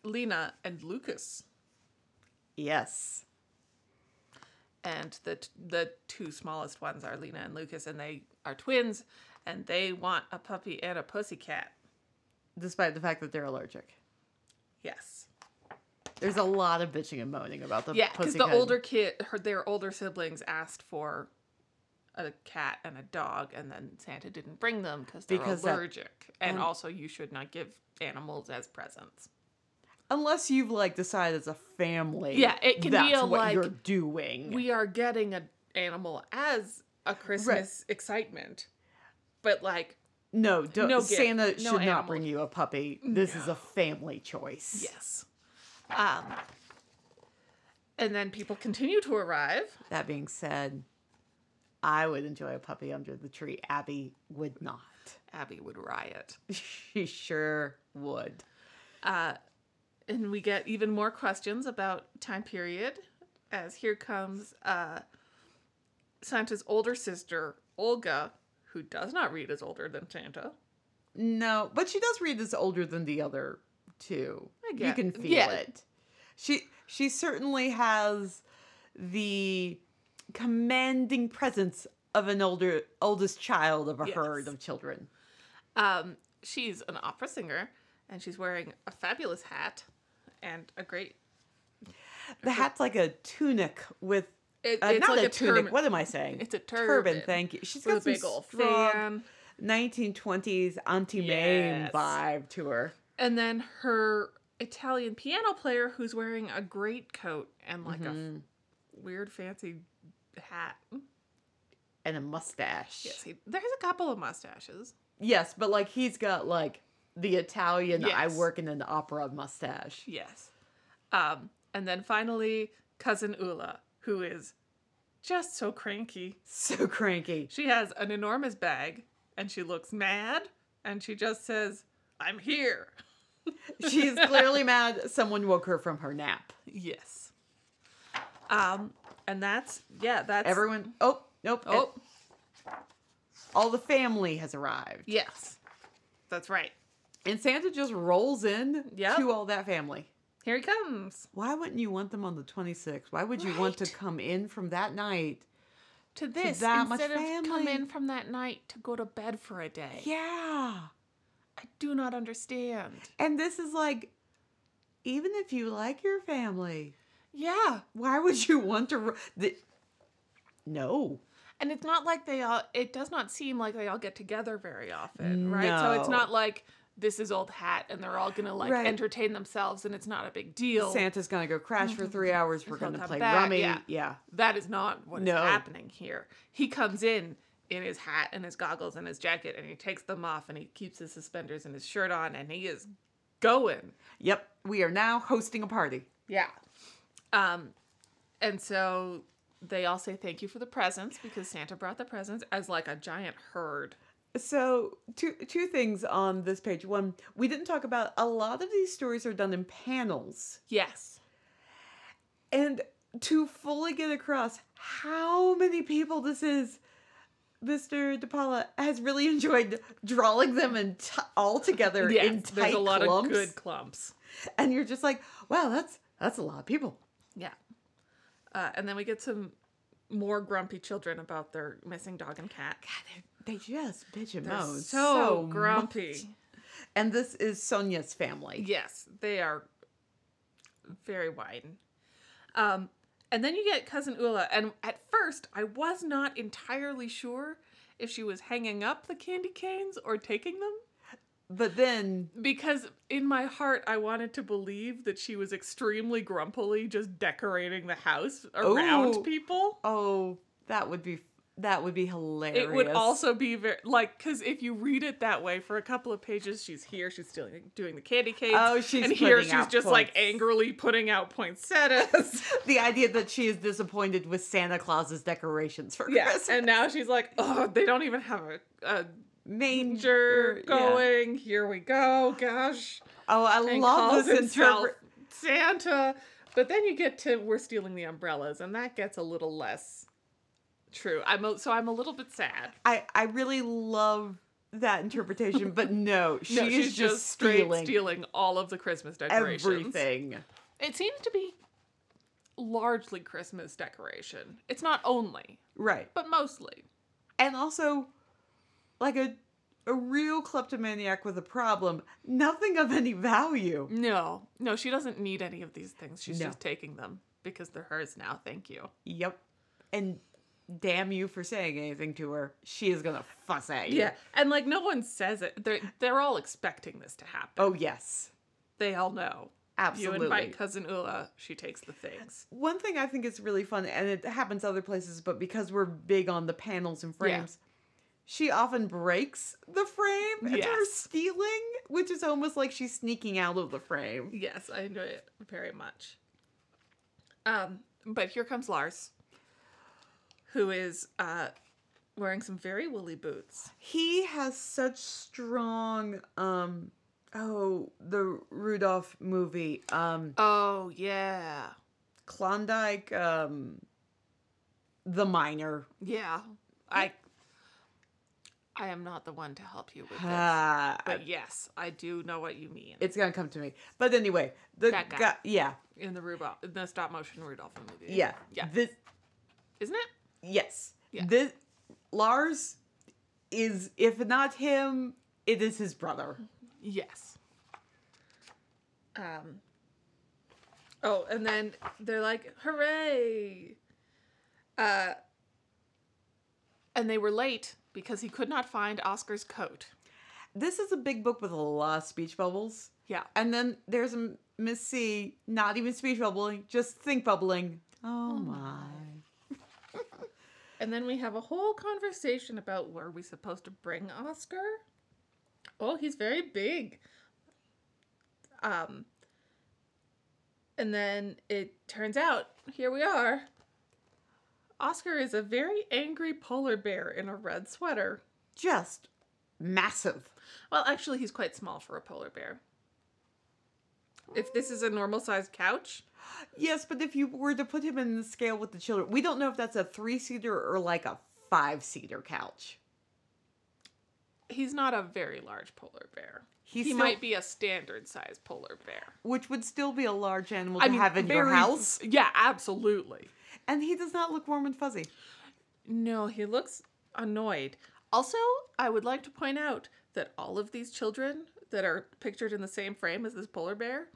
Speaker 3: Lena, and Lucas.
Speaker 2: Yes.
Speaker 3: and the t- the two smallest ones are Lena and Lucas, and they are twins, and they want a puppy and a pussycat.
Speaker 2: Despite the fact that they're allergic.
Speaker 3: Yes.
Speaker 2: There's a lot of bitching and moaning about the
Speaker 3: Yeah, because the
Speaker 2: pussycat.
Speaker 3: older kid, her, their older siblings asked for a cat and a dog, and then Santa didn't bring them because they're
Speaker 2: Because that-
Speaker 3: allergic, and also you should not give animals as presents.
Speaker 2: unless you've like decided as a family
Speaker 3: Yeah, it can be
Speaker 2: that's
Speaker 3: a,
Speaker 2: what
Speaker 3: like,
Speaker 2: you're doing
Speaker 3: We are getting an animal as a Christmas excitement, but like
Speaker 2: no don't,
Speaker 3: No gift,
Speaker 2: santa
Speaker 3: no
Speaker 2: should
Speaker 3: animal.
Speaker 2: not bring you a puppy this is a family choice
Speaker 3: Yes. Um, and then people continue to arrive.
Speaker 2: that being said i would enjoy a puppy under the tree abby would not
Speaker 3: Abby would riot.
Speaker 2: she sure would
Speaker 3: Uh, and we get even more questions about time period as here comes uh, Santa's older sister, Olga, who does not read as older than Santa.
Speaker 2: no but she does read as older than the other two
Speaker 3: I
Speaker 2: you
Speaker 3: get-
Speaker 2: can feel
Speaker 3: yeah.
Speaker 2: it she she certainly has the commanding presence of an older oldest child of a
Speaker 3: Yes.
Speaker 2: herd of children
Speaker 3: Um, she's an opera singer and she's wearing a fabulous hat and a great.
Speaker 2: The hat's like a tunic with
Speaker 3: It-
Speaker 2: uh,
Speaker 3: it's
Speaker 2: not
Speaker 3: like
Speaker 2: a,
Speaker 3: a
Speaker 2: tunic.
Speaker 3: turban.
Speaker 2: What am I saying?
Speaker 3: It's a turban
Speaker 2: Thank you. She's
Speaker 3: with
Speaker 2: got
Speaker 3: a
Speaker 2: some
Speaker 3: big ol'
Speaker 2: strong
Speaker 3: fan.
Speaker 2: 1920s Auntie Mame
Speaker 3: Yes.
Speaker 2: vibe to her.
Speaker 3: and then her Italian piano player who's wearing a great coat and like
Speaker 2: Mm-hmm.
Speaker 3: a f- weird fancy hat.
Speaker 2: And a mustache.
Speaker 3: Yes, he, there's a couple of mustaches.
Speaker 2: Yes, but like he's got like the Italian I
Speaker 3: Yes.
Speaker 2: work in an opera mustache.
Speaker 3: Yes. Um, and then finally, cousin Ula, who is Just so cranky.
Speaker 2: So cranky.
Speaker 3: She has an enormous bag and she looks mad and she just says, I'm here.
Speaker 2: She's clearly mad someone woke her from her nap.
Speaker 3: Yes. Um, and that's, yeah, that's.
Speaker 2: Everyone, oh, nope.
Speaker 3: Oh,
Speaker 2: All the family has arrived.
Speaker 3: yes. That's right.
Speaker 2: And Santa just rolls in
Speaker 3: Yep.
Speaker 2: to all that family.
Speaker 3: Here he comes
Speaker 2: Why wouldn't you want them on the 26th? Why would you want to
Speaker 3: Right.
Speaker 2: come in from that night?
Speaker 3: to this
Speaker 2: that much
Speaker 3: instead of come
Speaker 2: family.
Speaker 3: in from that night to go to bed for a day.
Speaker 2: Yeah.
Speaker 3: I do not understand.
Speaker 2: And this is like, even if you like your family,
Speaker 3: Yeah.
Speaker 2: why would you want to? ro- The, no.
Speaker 3: And it's not like they all, it does not seem like they all get together very often, right? So it's
Speaker 2: No.
Speaker 3: not like this is old hat and they're all going to like
Speaker 2: Right.
Speaker 3: entertain themselves and it's not a big deal.
Speaker 2: Santa's gonna go crash for three hours. We're
Speaker 3: He'll
Speaker 2: gonna
Speaker 3: Oh. come
Speaker 2: play
Speaker 3: back,
Speaker 2: rummy.
Speaker 3: yeah.
Speaker 2: Yeah.
Speaker 3: That is not what is
Speaker 2: No.
Speaker 3: happening here. He comes in in his hat and his goggles and his jacket and he takes them off and he keeps his suspenders and his shirt on and he is going.
Speaker 2: Yep. We are now hosting a party.
Speaker 3: Yeah. Um and so they all say thank you for the presents because Santa brought the presents as like a giant herd.
Speaker 2: So two two things on this page. One, we didn't talk about a lot of these stories are done in panels.
Speaker 3: Yes.
Speaker 2: And to fully get across how many people this is, Mr. DePaula has really enjoyed drawing them in t- all together in
Speaker 3: Yes,
Speaker 2: tight
Speaker 3: there's a lot
Speaker 2: clumps.
Speaker 3: of good clumps.
Speaker 2: And you're just like, wow, that's that's a lot of people.
Speaker 3: Yeah. Uh, and then we get some more grumpy children about their missing dog and cat.
Speaker 2: They just bitch and
Speaker 3: They're
Speaker 2: moan
Speaker 3: so,
Speaker 2: much.
Speaker 3: grumpy.
Speaker 2: And this is Sonia's family.
Speaker 3: Yes, they are very wide. Um, and then you get cousin Ula, and at first I was not entirely sure if she was hanging up the candy canes or taking them
Speaker 2: But then
Speaker 3: because in my heart I wanted to believe that she was extremely grumpily just decorating the house around
Speaker 2: Ooh.
Speaker 3: people.
Speaker 2: oh, that would be that would be hilarious.
Speaker 3: It would also be very like because if you read it that way for a couple of pages, she's here, she's still doing the candy canes.
Speaker 2: Oh, she's
Speaker 3: and here
Speaker 2: putting
Speaker 3: she's
Speaker 2: out
Speaker 3: just like
Speaker 2: points.
Speaker 3: angrily putting out poinsettias.
Speaker 2: the idea that she is disappointed with Santa Claus's decorations for
Speaker 3: yeah,
Speaker 2: Christmas.
Speaker 3: and now she's like, oh, they don't even have a, a
Speaker 2: manger
Speaker 3: manger going. Here we go, gosh.
Speaker 2: Oh, I
Speaker 3: And
Speaker 2: love
Speaker 3: calls
Speaker 2: this
Speaker 3: himself
Speaker 2: interpret.
Speaker 3: Santa. But then you get to we're stealing the umbrellas, and that gets a little less true. I'm a, so I'm a little bit sad.
Speaker 2: I I really love that interpretation, but no, she
Speaker 3: No,
Speaker 2: is
Speaker 3: she's
Speaker 2: just, stealing,
Speaker 3: stealing all of the Christmas decorations.
Speaker 2: everything.
Speaker 3: It seems to be largely Christmas decoration. It's not only,
Speaker 2: Right,
Speaker 3: but mostly.
Speaker 2: and also, like a a real kleptomaniac with a problem, nothing of any value.
Speaker 3: No, no, she doesn't need any of these things. She's
Speaker 2: No.
Speaker 3: just taking them because they're hers now. Thank you.
Speaker 2: Yep, and damn you for saying anything to her. She is gonna fuss at you.
Speaker 3: Yeah, and like no one says it. They're they're all expecting this to happen.
Speaker 2: Oh yes,
Speaker 3: They all know.
Speaker 2: absolutely.
Speaker 3: You invite cousin Ula, she takes the things.
Speaker 2: One thing I think is really fun, and it happens other places, but because we're big on the panels and frames, she often breaks the frame. It's her
Speaker 3: Yes.
Speaker 2: stealing, which is almost like she's sneaking out of the frame.
Speaker 3: Yes, I enjoy it very much. Um, but here comes Lars, who is uh wearing some very woolly boots.
Speaker 2: He has such strong, um, oh, the Rudolph movie, um,
Speaker 3: Oh yeah,
Speaker 2: Klondike, um, the miner.
Speaker 3: yeah. I I am not the one to help you with this,
Speaker 2: Ah,
Speaker 3: but yes, I do know what you mean.
Speaker 2: it's gonna come to me. But anyway, the
Speaker 3: That guy.
Speaker 2: guy, yeah,
Speaker 3: in the Rudolph, in the stop motion Rudolph movie.
Speaker 2: yeah,
Speaker 3: yeah.
Speaker 2: This,
Speaker 3: Isn't it?
Speaker 2: Yes.
Speaker 3: Yeah.
Speaker 2: This Lars is if not him, it is his brother.
Speaker 3: Yes. Um. Oh, and then they're like, "Hooray!" Uh. And they were late because he could not find Oscar's coat.
Speaker 2: This is a big book with a lot of speech bubbles.
Speaker 3: Yeah.
Speaker 2: And then there's M- Miss C, not even speech bubbling, just think bubbling. Oh, my.
Speaker 3: And then we have a whole conversation about were we supposed to bring Oscar? Oh, he's very big. Um and then it turns out here we are. Oscar is a very angry polar bear in a red sweater.
Speaker 2: Just massive.
Speaker 3: Well, actually, he's quite small for a polar bear. If this is a normal sized couch,
Speaker 2: Yes, but if you were to put him in the scale with the children, we don't know if that's a three seater or like a five seater couch.
Speaker 3: he's not a very large polar bear.
Speaker 2: He's
Speaker 3: he
Speaker 2: still-
Speaker 3: might be a standard sized polar bear.
Speaker 2: which would still be a large animal to have in your
Speaker 3: very-
Speaker 2: house.
Speaker 3: Yeah, absolutely.
Speaker 2: And he does not look warm and fuzzy.
Speaker 3: No, he looks annoyed. Also, I would like to point out that all of these children that are pictured in the same frame as this polar bear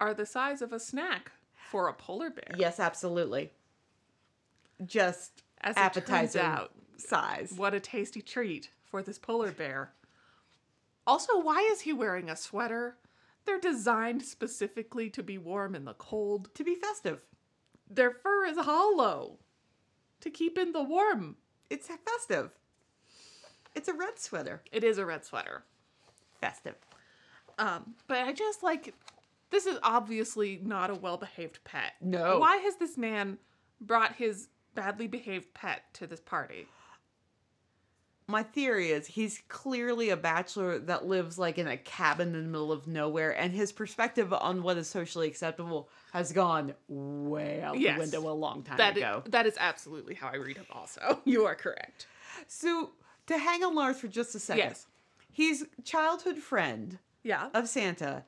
Speaker 3: are the size of a snack for a polar bear.
Speaker 2: Yes, absolutely. Just
Speaker 3: As it
Speaker 2: appetizer
Speaker 3: turns out,
Speaker 2: size.
Speaker 3: What a tasty treat for this polar bear. Also, why is he wearing a sweater? They're designed specifically to be warm in the cold.
Speaker 2: To be festive.
Speaker 3: Their fur is hollow to keep in the warm.
Speaker 2: It's festive. It's a red sweater.
Speaker 3: It is a red sweater.
Speaker 2: Festive.
Speaker 3: Um, but I just like this is obviously not a well-behaved pet.
Speaker 2: No.
Speaker 3: Why has this man brought his badly behaved pet to this party?
Speaker 2: My theory is he's clearly a bachelor that lives like in a cabin in the middle of nowhere, and his perspective on what is socially acceptable has gone way out
Speaker 3: Yes.
Speaker 2: the window a long time
Speaker 3: That
Speaker 2: ago.
Speaker 3: that is absolutely how I read him also. You are correct.
Speaker 2: So to hang on Lars for just a second.
Speaker 3: Yes.
Speaker 2: He's childhood friend
Speaker 3: Yeah.
Speaker 2: of Santa,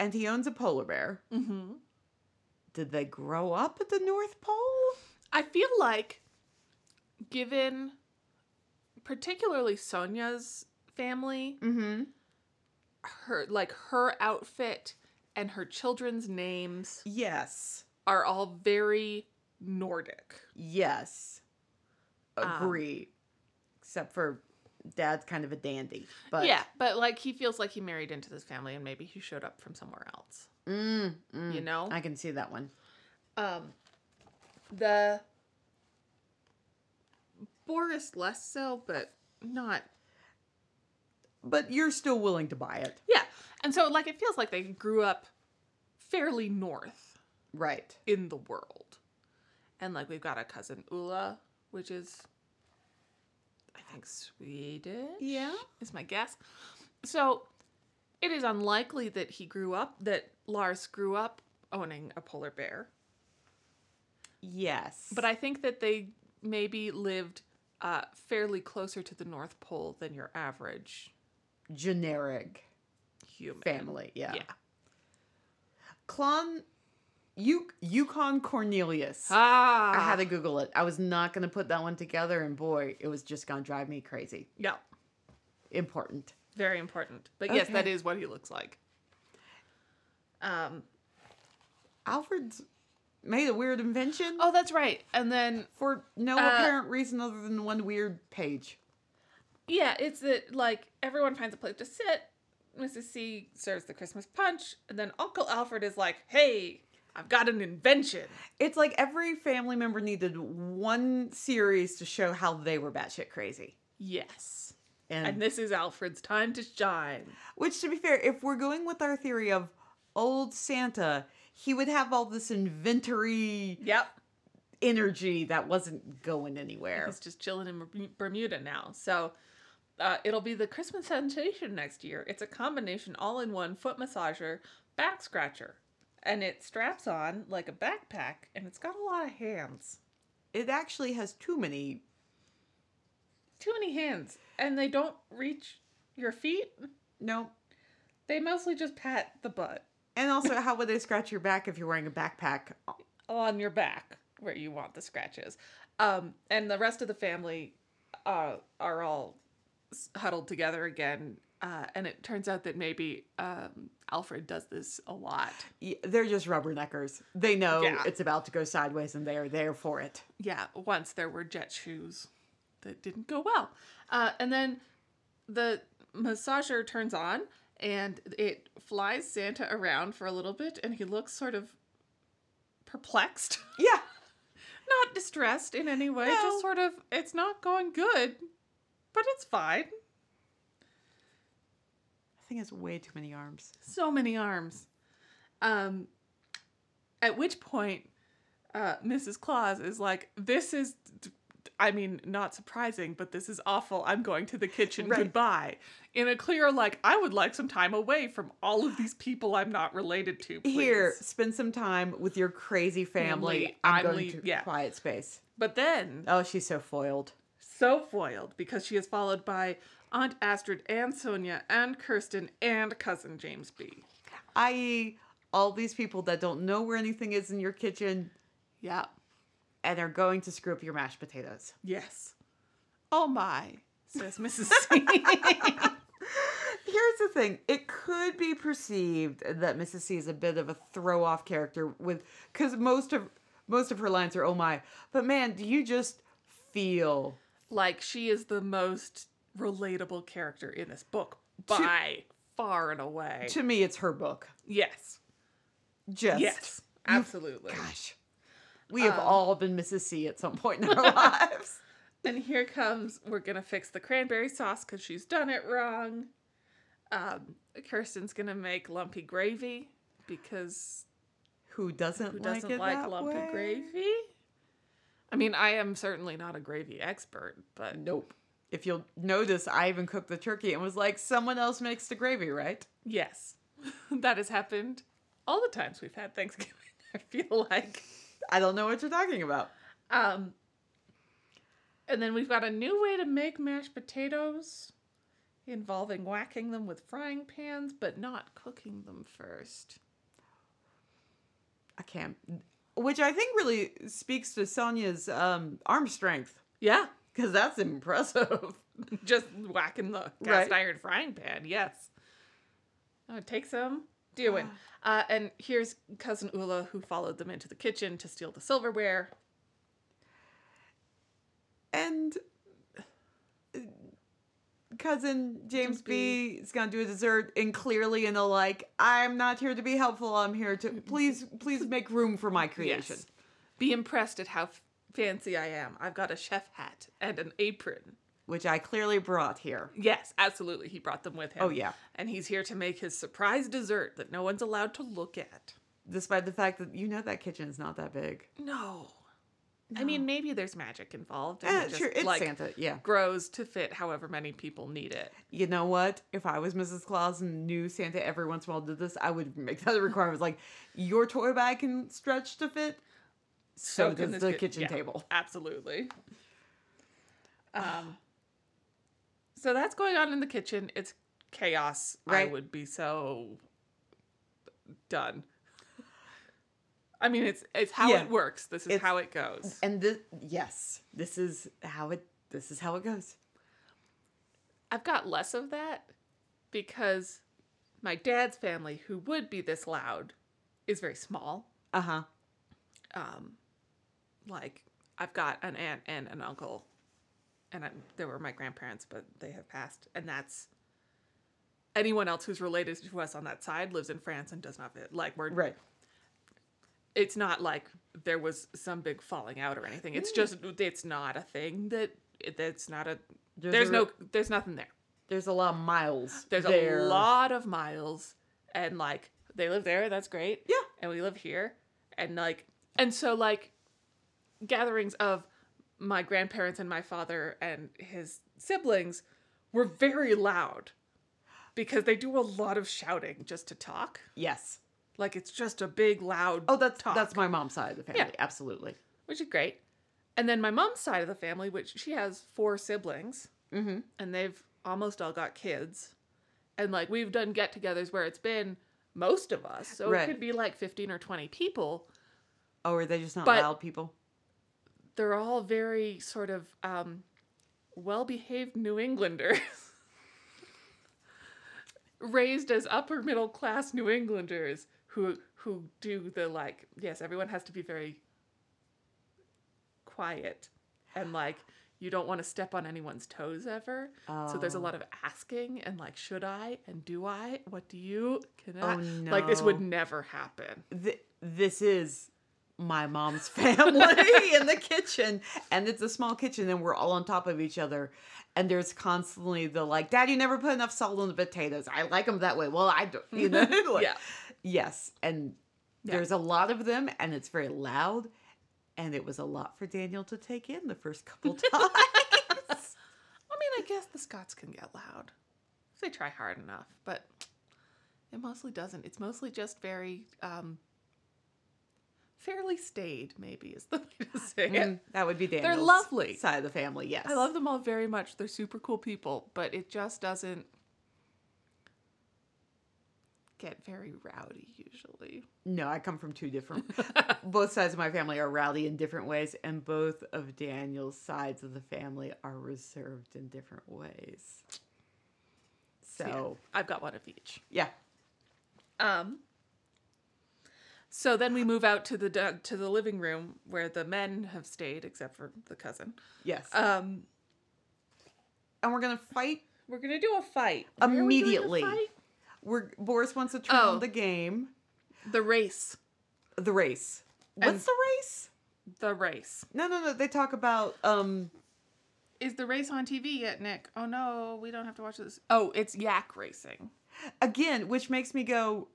Speaker 2: and he owns a polar bear. Mm-hmm. Did they grow up at the North Pole?
Speaker 3: I feel like given particularly Sonia's family,
Speaker 2: Mm-hmm.
Speaker 3: her like her outfit and her children's names
Speaker 2: Yes.
Speaker 3: are all very Nordic.
Speaker 2: Yes.
Speaker 3: Um,
Speaker 2: Agree. Except for dad's kind of a dandy. But
Speaker 3: yeah, but like he feels like he married into this family and maybe he showed up from somewhere else.
Speaker 2: Mm, mm.
Speaker 3: You know?
Speaker 2: I can see that one.
Speaker 3: Um the Boris less so, but not
Speaker 2: But you're still willing to buy it.
Speaker 3: yeah. And so like it feels like they grew up fairly north
Speaker 2: Right.
Speaker 3: in the world. And like we've got a cousin Ula, which is I think Swedish.
Speaker 2: Yeah.
Speaker 3: Is my guess. So it is unlikely that he grew up that Lars grew up owning a polar bear.
Speaker 2: Yes.
Speaker 3: But I think that they maybe lived uh, fairly closer to the North Pole than your average
Speaker 2: generic
Speaker 3: human.
Speaker 2: family. Yeah.
Speaker 3: Yeah.
Speaker 2: Clon Yuk Yukon Cornelius.
Speaker 3: Ah.
Speaker 2: I had to Google it. I was not going to put that one together, and boy, it was just going to drive me crazy.
Speaker 3: Yeah.
Speaker 2: Important.
Speaker 3: Very important. But yes,
Speaker 2: Okay.
Speaker 3: that is what he looks like. Um,
Speaker 2: Alfred's made a weird invention
Speaker 3: oh, that's right. And then
Speaker 2: for no
Speaker 3: Uh,
Speaker 2: apparent reason other than one weird page.
Speaker 3: Yeah, it's that like everyone finds a place to sit. Mrs. C serves the Christmas punch, and then Uncle Alfred is like, "Hey, I've got an invention."
Speaker 2: It's like every family member needed one series to show how they were batshit crazy.
Speaker 3: Yes,
Speaker 2: And,
Speaker 3: and this is Alfred's time to shine.
Speaker 2: which, to be fair, if we're going with our theory of old Santa, he would have all this inventory
Speaker 3: Yep,
Speaker 2: energy that wasn't going anywhere.
Speaker 3: he's just chilling in Bermu- Bermuda now. So uh, it'll be the Christmas sensation next year. It's a combination all-in-one foot massager, back scratcher, and it straps on like a backpack, and it's got a lot of hands.
Speaker 2: It actually has too many
Speaker 3: Too many hands, and they don't reach your feet.
Speaker 2: no
Speaker 3: They mostly just pat the butt
Speaker 2: And also, how would they scratch your back if you're wearing a backpack?
Speaker 3: on your back where you want the scratches. Um, and the rest of the family uh, are all s- huddled together again. Uh, and it turns out that maybe um, Alfred does this a lot.
Speaker 2: Y- They're just rubberneckers. They know
Speaker 3: Yeah.
Speaker 2: it's about to go sideways and they are there for it.
Speaker 3: Yeah, once there were jet shoes that didn't go well. Uh, and then the massager turns on and it flies Santa around for a little bit, and he looks sort of perplexed.
Speaker 2: Yeah.
Speaker 3: not distressed in any way,
Speaker 2: No.
Speaker 3: just sort of, it's not going good, but it's fine.
Speaker 2: I think it's way too many arms.
Speaker 3: So many arms. Um, at which point, uh, Mrs. Claus is like, "This is, I mean, not surprising, but this is awful. I'm going to the kitchen.
Speaker 2: Right.
Speaker 3: Goodbye." In a clear, like, "I would like some time away from all of these people I'm not related to." Please.
Speaker 2: Here, spend some time with your crazy family.
Speaker 3: Family,
Speaker 2: I'm,
Speaker 3: I'm
Speaker 2: going
Speaker 3: lea-
Speaker 2: to
Speaker 3: yeah.
Speaker 2: quiet space.
Speaker 3: but then
Speaker 2: Oh, she's so foiled.
Speaker 3: so foiled because she is followed by Aunt Astrid and Sonia and Kirsten and cousin James B.
Speaker 2: I.e., E, all these people that don't know where anything is in your kitchen
Speaker 3: Yeah.
Speaker 2: and are going to screw up your mashed potatoes.
Speaker 3: Yes. Oh my, says Mrs. C.
Speaker 2: Here's the thing. It could be perceived that Mrs. C is a bit of a throw off character with cuz most of most of her lines are oh my. But man, do you just feel
Speaker 3: like she is the most relatable character in this book by far and away.
Speaker 2: to me it's her book.
Speaker 3: yes.
Speaker 2: Just
Speaker 3: Yes. Um, Absolutely.
Speaker 2: gosh. We have all been Mrs. C at some point in our lives.
Speaker 3: And here comes we're gonna fix the cranberry sauce because she's done it wrong. Um, Kirsten's gonna make lumpy gravy because
Speaker 2: Who doesn't
Speaker 3: Who
Speaker 2: like
Speaker 3: doesn't
Speaker 2: it
Speaker 3: like,
Speaker 2: that
Speaker 3: lumpy
Speaker 2: way?
Speaker 3: gravy? I mean, I am certainly not a gravy expert, but
Speaker 2: Nope. If you'll notice, I even cooked the turkey and was like, someone else makes the gravy, right?
Speaker 3: yes, that has happened all the times we've had Thanksgiving. I feel like.
Speaker 2: I don't know what you're talking about.
Speaker 3: Um, and then we've got a new way to make mashed potatoes involving whacking them with frying pans, but not cooking them first.
Speaker 2: I can't. Which I think really speaks to Sonia's um, arm strength,
Speaker 3: Yeah,
Speaker 2: because that's impressive.
Speaker 3: just whacking the
Speaker 2: Right.
Speaker 3: cast iron frying pan. Yes. Oh, it takes them
Speaker 2: Ah.
Speaker 3: doing. Uh, and here's cousin Ula who followed them into the kitchen to steal the silverware.
Speaker 2: and uh, cousin James,
Speaker 3: James
Speaker 2: B. is gonna do a dessert, and clearly in a like, I'm not here to be helpful. I'm here to please, please make room for my creation.
Speaker 3: Yes. Be impressed at how f- fancy I am. I've got a chef hat and an apron.
Speaker 2: Which I clearly brought here.
Speaker 3: Yes, absolutely. He brought them with him.
Speaker 2: Oh, yeah.
Speaker 3: And he's here to make his surprise dessert that no one's allowed to look at.
Speaker 2: Despite the fact that you know that kitchen is not that big.
Speaker 3: No. I mean, maybe there's magic involved. And
Speaker 2: Eh,
Speaker 3: it just,
Speaker 2: sure, it's
Speaker 3: like,
Speaker 2: Santa, yeah.
Speaker 3: Grows to fit however many people need it.
Speaker 2: You know what? If I was Mrs. Claus and knew Santa every once in a while did this, I would make that a requirement. Like, your toy bag can stretch to fit, so,
Speaker 3: can
Speaker 2: does
Speaker 3: this
Speaker 2: the
Speaker 3: kid-
Speaker 2: kitchen
Speaker 3: Oh, yeah,
Speaker 2: table.
Speaker 3: Absolutely. Um, so that's going on in the kitchen. It's chaos. I
Speaker 2: Right.
Speaker 3: would be so done. I mean, it's it's how
Speaker 2: Yeah.
Speaker 3: it works. This is
Speaker 2: It's-
Speaker 3: how it goes.
Speaker 2: And this, yes, this is how it. This is how it goes.
Speaker 3: I've got less of that because my dad's family, who would be this loud, is very small.
Speaker 2: Uh
Speaker 3: Uh-huh.
Speaker 2: huh.
Speaker 3: Um, like I've got an aunt and an uncle, and i there were my grandparents, but they have passed, and that's anyone else who's related to us on that side lives in France and does not fit. Like we're
Speaker 2: Right.
Speaker 3: it's not like there was some big falling out or anything.
Speaker 2: Mm.
Speaker 3: It's just it's not a thing that that's not a
Speaker 2: There's
Speaker 3: there's
Speaker 2: a-
Speaker 3: no there's nothing there.
Speaker 2: There's a lot of miles.
Speaker 3: There's
Speaker 2: there.
Speaker 3: a lot of miles, and like they live there, that's great.
Speaker 2: Yeah.
Speaker 3: and we live here, and like and so like gatherings of my grandparents and my father and his siblings were very loud because they do a lot of shouting just to talk.
Speaker 2: Yes.
Speaker 3: Like it's just a big loud.
Speaker 2: Oh, that's
Speaker 3: talk,
Speaker 2: that's my mom's side of the family.
Speaker 3: Yeah.
Speaker 2: Absolutely.
Speaker 3: which is great. And then my mom's side of the family, which she has four siblings
Speaker 2: Mm-hmm.
Speaker 3: and they've almost all got kids. And like we've done get togethers where it's been most of us. So
Speaker 2: Right.
Speaker 3: it could be like 15 or 20 people.
Speaker 2: Oh, are they just not
Speaker 3: But-
Speaker 2: loud people?
Speaker 3: They're all very sort of um, well behaved New Englanders. Raised as upper middle class New Englanders who who do the like yes everyone has to be very quiet and like you don't want to step on anyone's toes ever. So there's a
Speaker 2: Oh.
Speaker 3: lot of asking and like, should I and do I? What do you? Can I?
Speaker 2: Oh,
Speaker 3: Like this would
Speaker 2: no.
Speaker 3: never happen.
Speaker 2: Th- this is my mom's family in the kitchen, and it's a small kitchen, and we're all on top of each other. And there's constantly the like, Dad, you never put enough salt on the potatoes. I like them that way. Well, I don't, you know. like-
Speaker 3: Yeah.
Speaker 2: Yes, and
Speaker 3: Yeah.
Speaker 2: there's a lot of them, and it's very loud, and it was a lot for Daniel to take in the first couple times.
Speaker 3: I mean, I guess the Scots can get loud if they try hard enough, but it mostly doesn't. It's mostly just very um, fairly stayed, maybe is the way to say it.
Speaker 2: Mm, that would be Daniel's
Speaker 3: lovely.
Speaker 2: side of the family. Yes,
Speaker 3: I love them all very much. They're super cool people, but it just doesn't get very rowdy usually.
Speaker 2: No, I come from two different. both sides of my family are rowdy in different ways, and both of Daniel's sides of the family are reserved in different ways.
Speaker 3: So, yeah,
Speaker 2: So,
Speaker 3: I've got one of each.
Speaker 2: yeah.
Speaker 3: Um. So then we move out to the du- to the living room where the men have stayed, except for the cousin.
Speaker 2: yes.
Speaker 3: Um,
Speaker 2: and we're gonna fight
Speaker 3: we're gonna do a fight Where are we doing the
Speaker 2: immediately.
Speaker 3: fight?
Speaker 2: We're Boris wants to turn
Speaker 3: Oh.
Speaker 2: on the game,
Speaker 3: The race,
Speaker 2: the race. What's
Speaker 3: And-
Speaker 2: the race?
Speaker 3: the race.
Speaker 2: No, no, no. They talk about um.
Speaker 3: Is the race on TV yet, Nick? Oh no, we don't have to watch this. Oh, it's yak racing,
Speaker 2: again, which makes me go,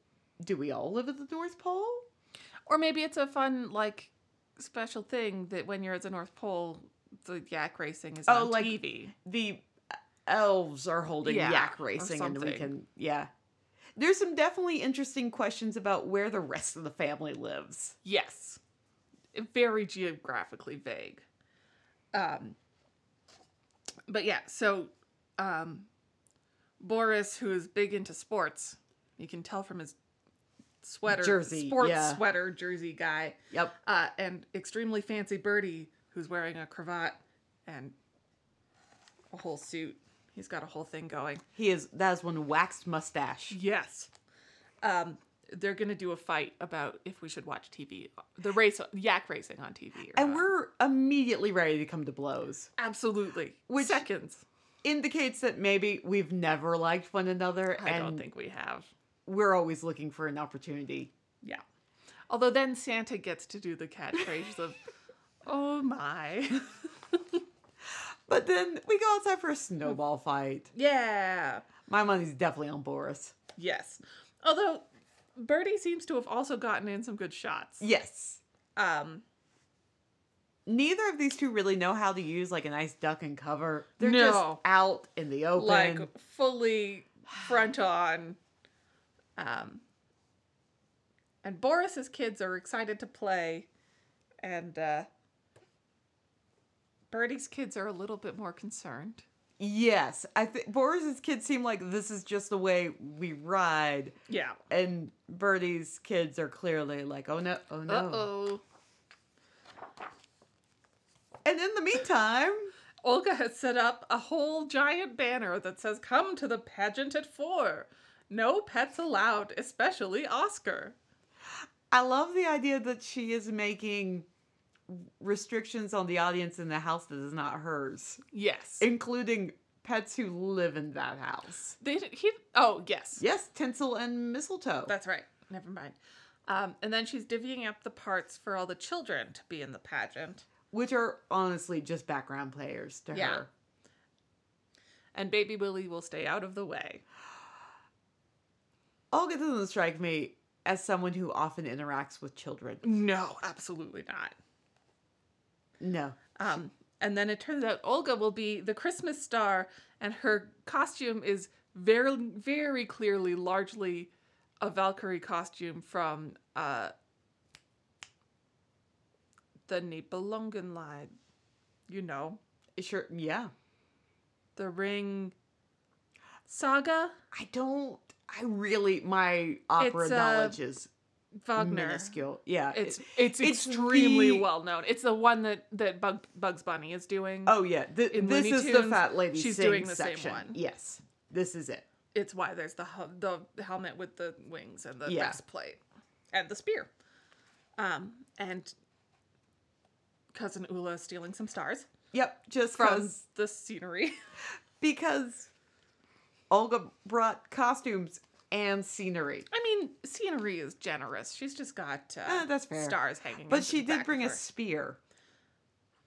Speaker 2: do we all live at the North Pole?
Speaker 3: or maybe it's a fun like special thing that when you're at the North Pole, the yak racing is
Speaker 2: Oh,
Speaker 3: on
Speaker 2: like-
Speaker 3: TV.
Speaker 2: The elves are holding
Speaker 3: Yeah,
Speaker 2: yak
Speaker 3: or
Speaker 2: racing, and we
Speaker 3: something.
Speaker 2: can, yeah. There's some definitely interesting questions about where the rest of the family lives.
Speaker 3: Yes. Very geographically vague. Um, but yeah, so um, Boris, who is big into sports, you can tell from his sweater,
Speaker 2: Jersey,
Speaker 3: sports
Speaker 2: yeah.
Speaker 3: sweater, jersey guy,
Speaker 2: Yep.
Speaker 3: uh, and extremely fancy Birdie, who's wearing a cravat and a whole suit. He's got a whole thing going.
Speaker 2: He is, that is one waxed mustache.
Speaker 3: Yes. Um, they're going to do a fight about if we should watch TV, the race, yak racing on TV. Or
Speaker 2: And
Speaker 3: not.
Speaker 2: we're immediately ready to come to blows.
Speaker 3: absolutely
Speaker 2: Which-
Speaker 3: seconds.
Speaker 2: Indicates that maybe we've never liked one another
Speaker 3: I
Speaker 2: and
Speaker 3: don't think we have.
Speaker 2: we're always looking for an opportunity.
Speaker 3: Yeah. Although then Santa gets to do the catchphrase of, "Oh my."
Speaker 2: But then we go outside for a snowball fight.
Speaker 3: yeah.
Speaker 2: My money's definitely on Boris.
Speaker 3: Yes. Although Birdie seems to have also gotten in some good shots.
Speaker 2: Yes.
Speaker 3: Um.
Speaker 2: neither of these two really know how to use like a nice duck and cover. They're just
Speaker 3: No.
Speaker 2: out in the open.
Speaker 3: like fully front on. Um, and Boris's kids are excited to play, and uh, Birdie's kids are a little bit more concerned.
Speaker 2: yes, I think Boris's kids seem like this is just the way we ride,
Speaker 3: Yeah.
Speaker 2: and Birdie's kids are clearly like, oh no, oh no.
Speaker 3: Uh oh.
Speaker 2: And in the meantime,
Speaker 3: Olga has set up a whole giant banner that says, Come to the pageant at four. No pets allowed, especially Oscar.
Speaker 2: I love the idea that she is making restrictions on the audience in the house that is not hers,
Speaker 3: Yes.
Speaker 2: including pets who live in that house.
Speaker 3: They, did- he, oh, yes.
Speaker 2: Yes, tinsel and mistletoe.
Speaker 3: That's right. Never mind. Um, and then she's divvying up the parts for all the children to be in the pageant.
Speaker 2: which are honestly just background players to
Speaker 3: Yeah.
Speaker 2: her.
Speaker 3: And baby Willie will stay out of the way.
Speaker 2: Olga doesn't strike me as someone who often interacts with children.
Speaker 3: No, absolutely not.
Speaker 2: No.
Speaker 3: Um, and then it turns out Olga will be the Christmas star, and her costume is very, very clearly largely a Valkyrie costume from uh, the Nibelungenlied. You know,
Speaker 2: Sure. Yeah.
Speaker 3: the Ring saga.
Speaker 2: I don't. I really my opera
Speaker 3: It's, uh,
Speaker 2: knowledge is
Speaker 3: Wagner.
Speaker 2: minuscule. Yeah.
Speaker 3: It's
Speaker 2: it-
Speaker 3: it's
Speaker 2: it's
Speaker 3: extremely
Speaker 2: the-
Speaker 3: well known. It's the one that that Bug, Bugs Bunny is doing.
Speaker 2: oh yeah. Th-
Speaker 3: in
Speaker 2: this
Speaker 3: Looney
Speaker 2: is the
Speaker 3: Tunes,
Speaker 2: fat lady.
Speaker 3: she's
Speaker 2: sing
Speaker 3: doing the same
Speaker 2: section.
Speaker 3: one.
Speaker 2: Yes. This is it.
Speaker 3: It's why there's the hel- the helmet with the wings and the
Speaker 2: Yeah.
Speaker 3: breastplate and the spear. Um and cousin Ula is stealing some stars
Speaker 2: Yep. Just
Speaker 3: from
Speaker 2: because
Speaker 3: the scenery.
Speaker 2: because Olga brought costumes and scenery.
Speaker 3: I mean, scenery is generous. She's just got uh,
Speaker 2: Eh, that's fair.
Speaker 3: stars hanging.
Speaker 2: But
Speaker 3: into
Speaker 2: she
Speaker 3: the back
Speaker 2: did
Speaker 3: of
Speaker 2: bring a
Speaker 3: her.
Speaker 2: spear.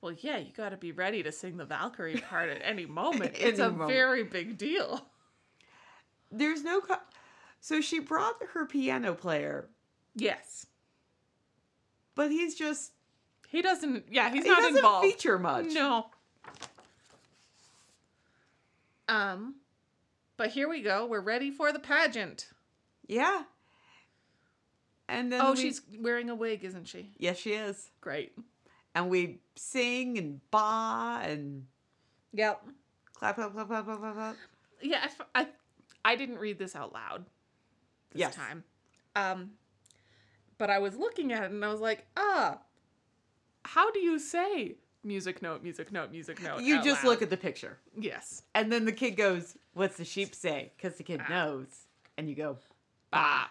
Speaker 3: Well, yeah, you got to be ready to sing the Valkyrie part at any moment.
Speaker 2: Any
Speaker 3: it's a
Speaker 2: moment.
Speaker 3: very big deal.
Speaker 2: There's no. Co- so she brought her piano player,
Speaker 3: Yes.
Speaker 2: but he's just
Speaker 3: He doesn't. Yeah, he's
Speaker 2: He
Speaker 3: not
Speaker 2: doesn't
Speaker 3: involved.
Speaker 2: feature much.
Speaker 3: No. Um, but here we go. We're ready for the pageant.
Speaker 2: Yeah. And then
Speaker 3: oh,
Speaker 2: we-
Speaker 3: she's wearing a wig, isn't she?
Speaker 2: yes, she is.
Speaker 3: Great.
Speaker 2: And we sing and ba and
Speaker 3: Yep.
Speaker 2: clap, clap, clap, clap, clap, clap. clap.
Speaker 3: Yeah, I, f- I, I didn't read this out loud this
Speaker 2: Yes.
Speaker 3: time. Um, but I was looking at it and I was like, ah, how do you say music note, music note, music note?
Speaker 2: You
Speaker 3: Oh, out
Speaker 2: just
Speaker 3: loud?
Speaker 2: look at the picture,
Speaker 3: Yes.
Speaker 2: and then the kid goes, "What's the sheep say?" Because the kid
Speaker 3: Ah.
Speaker 2: knows, and you go,
Speaker 3: Bah.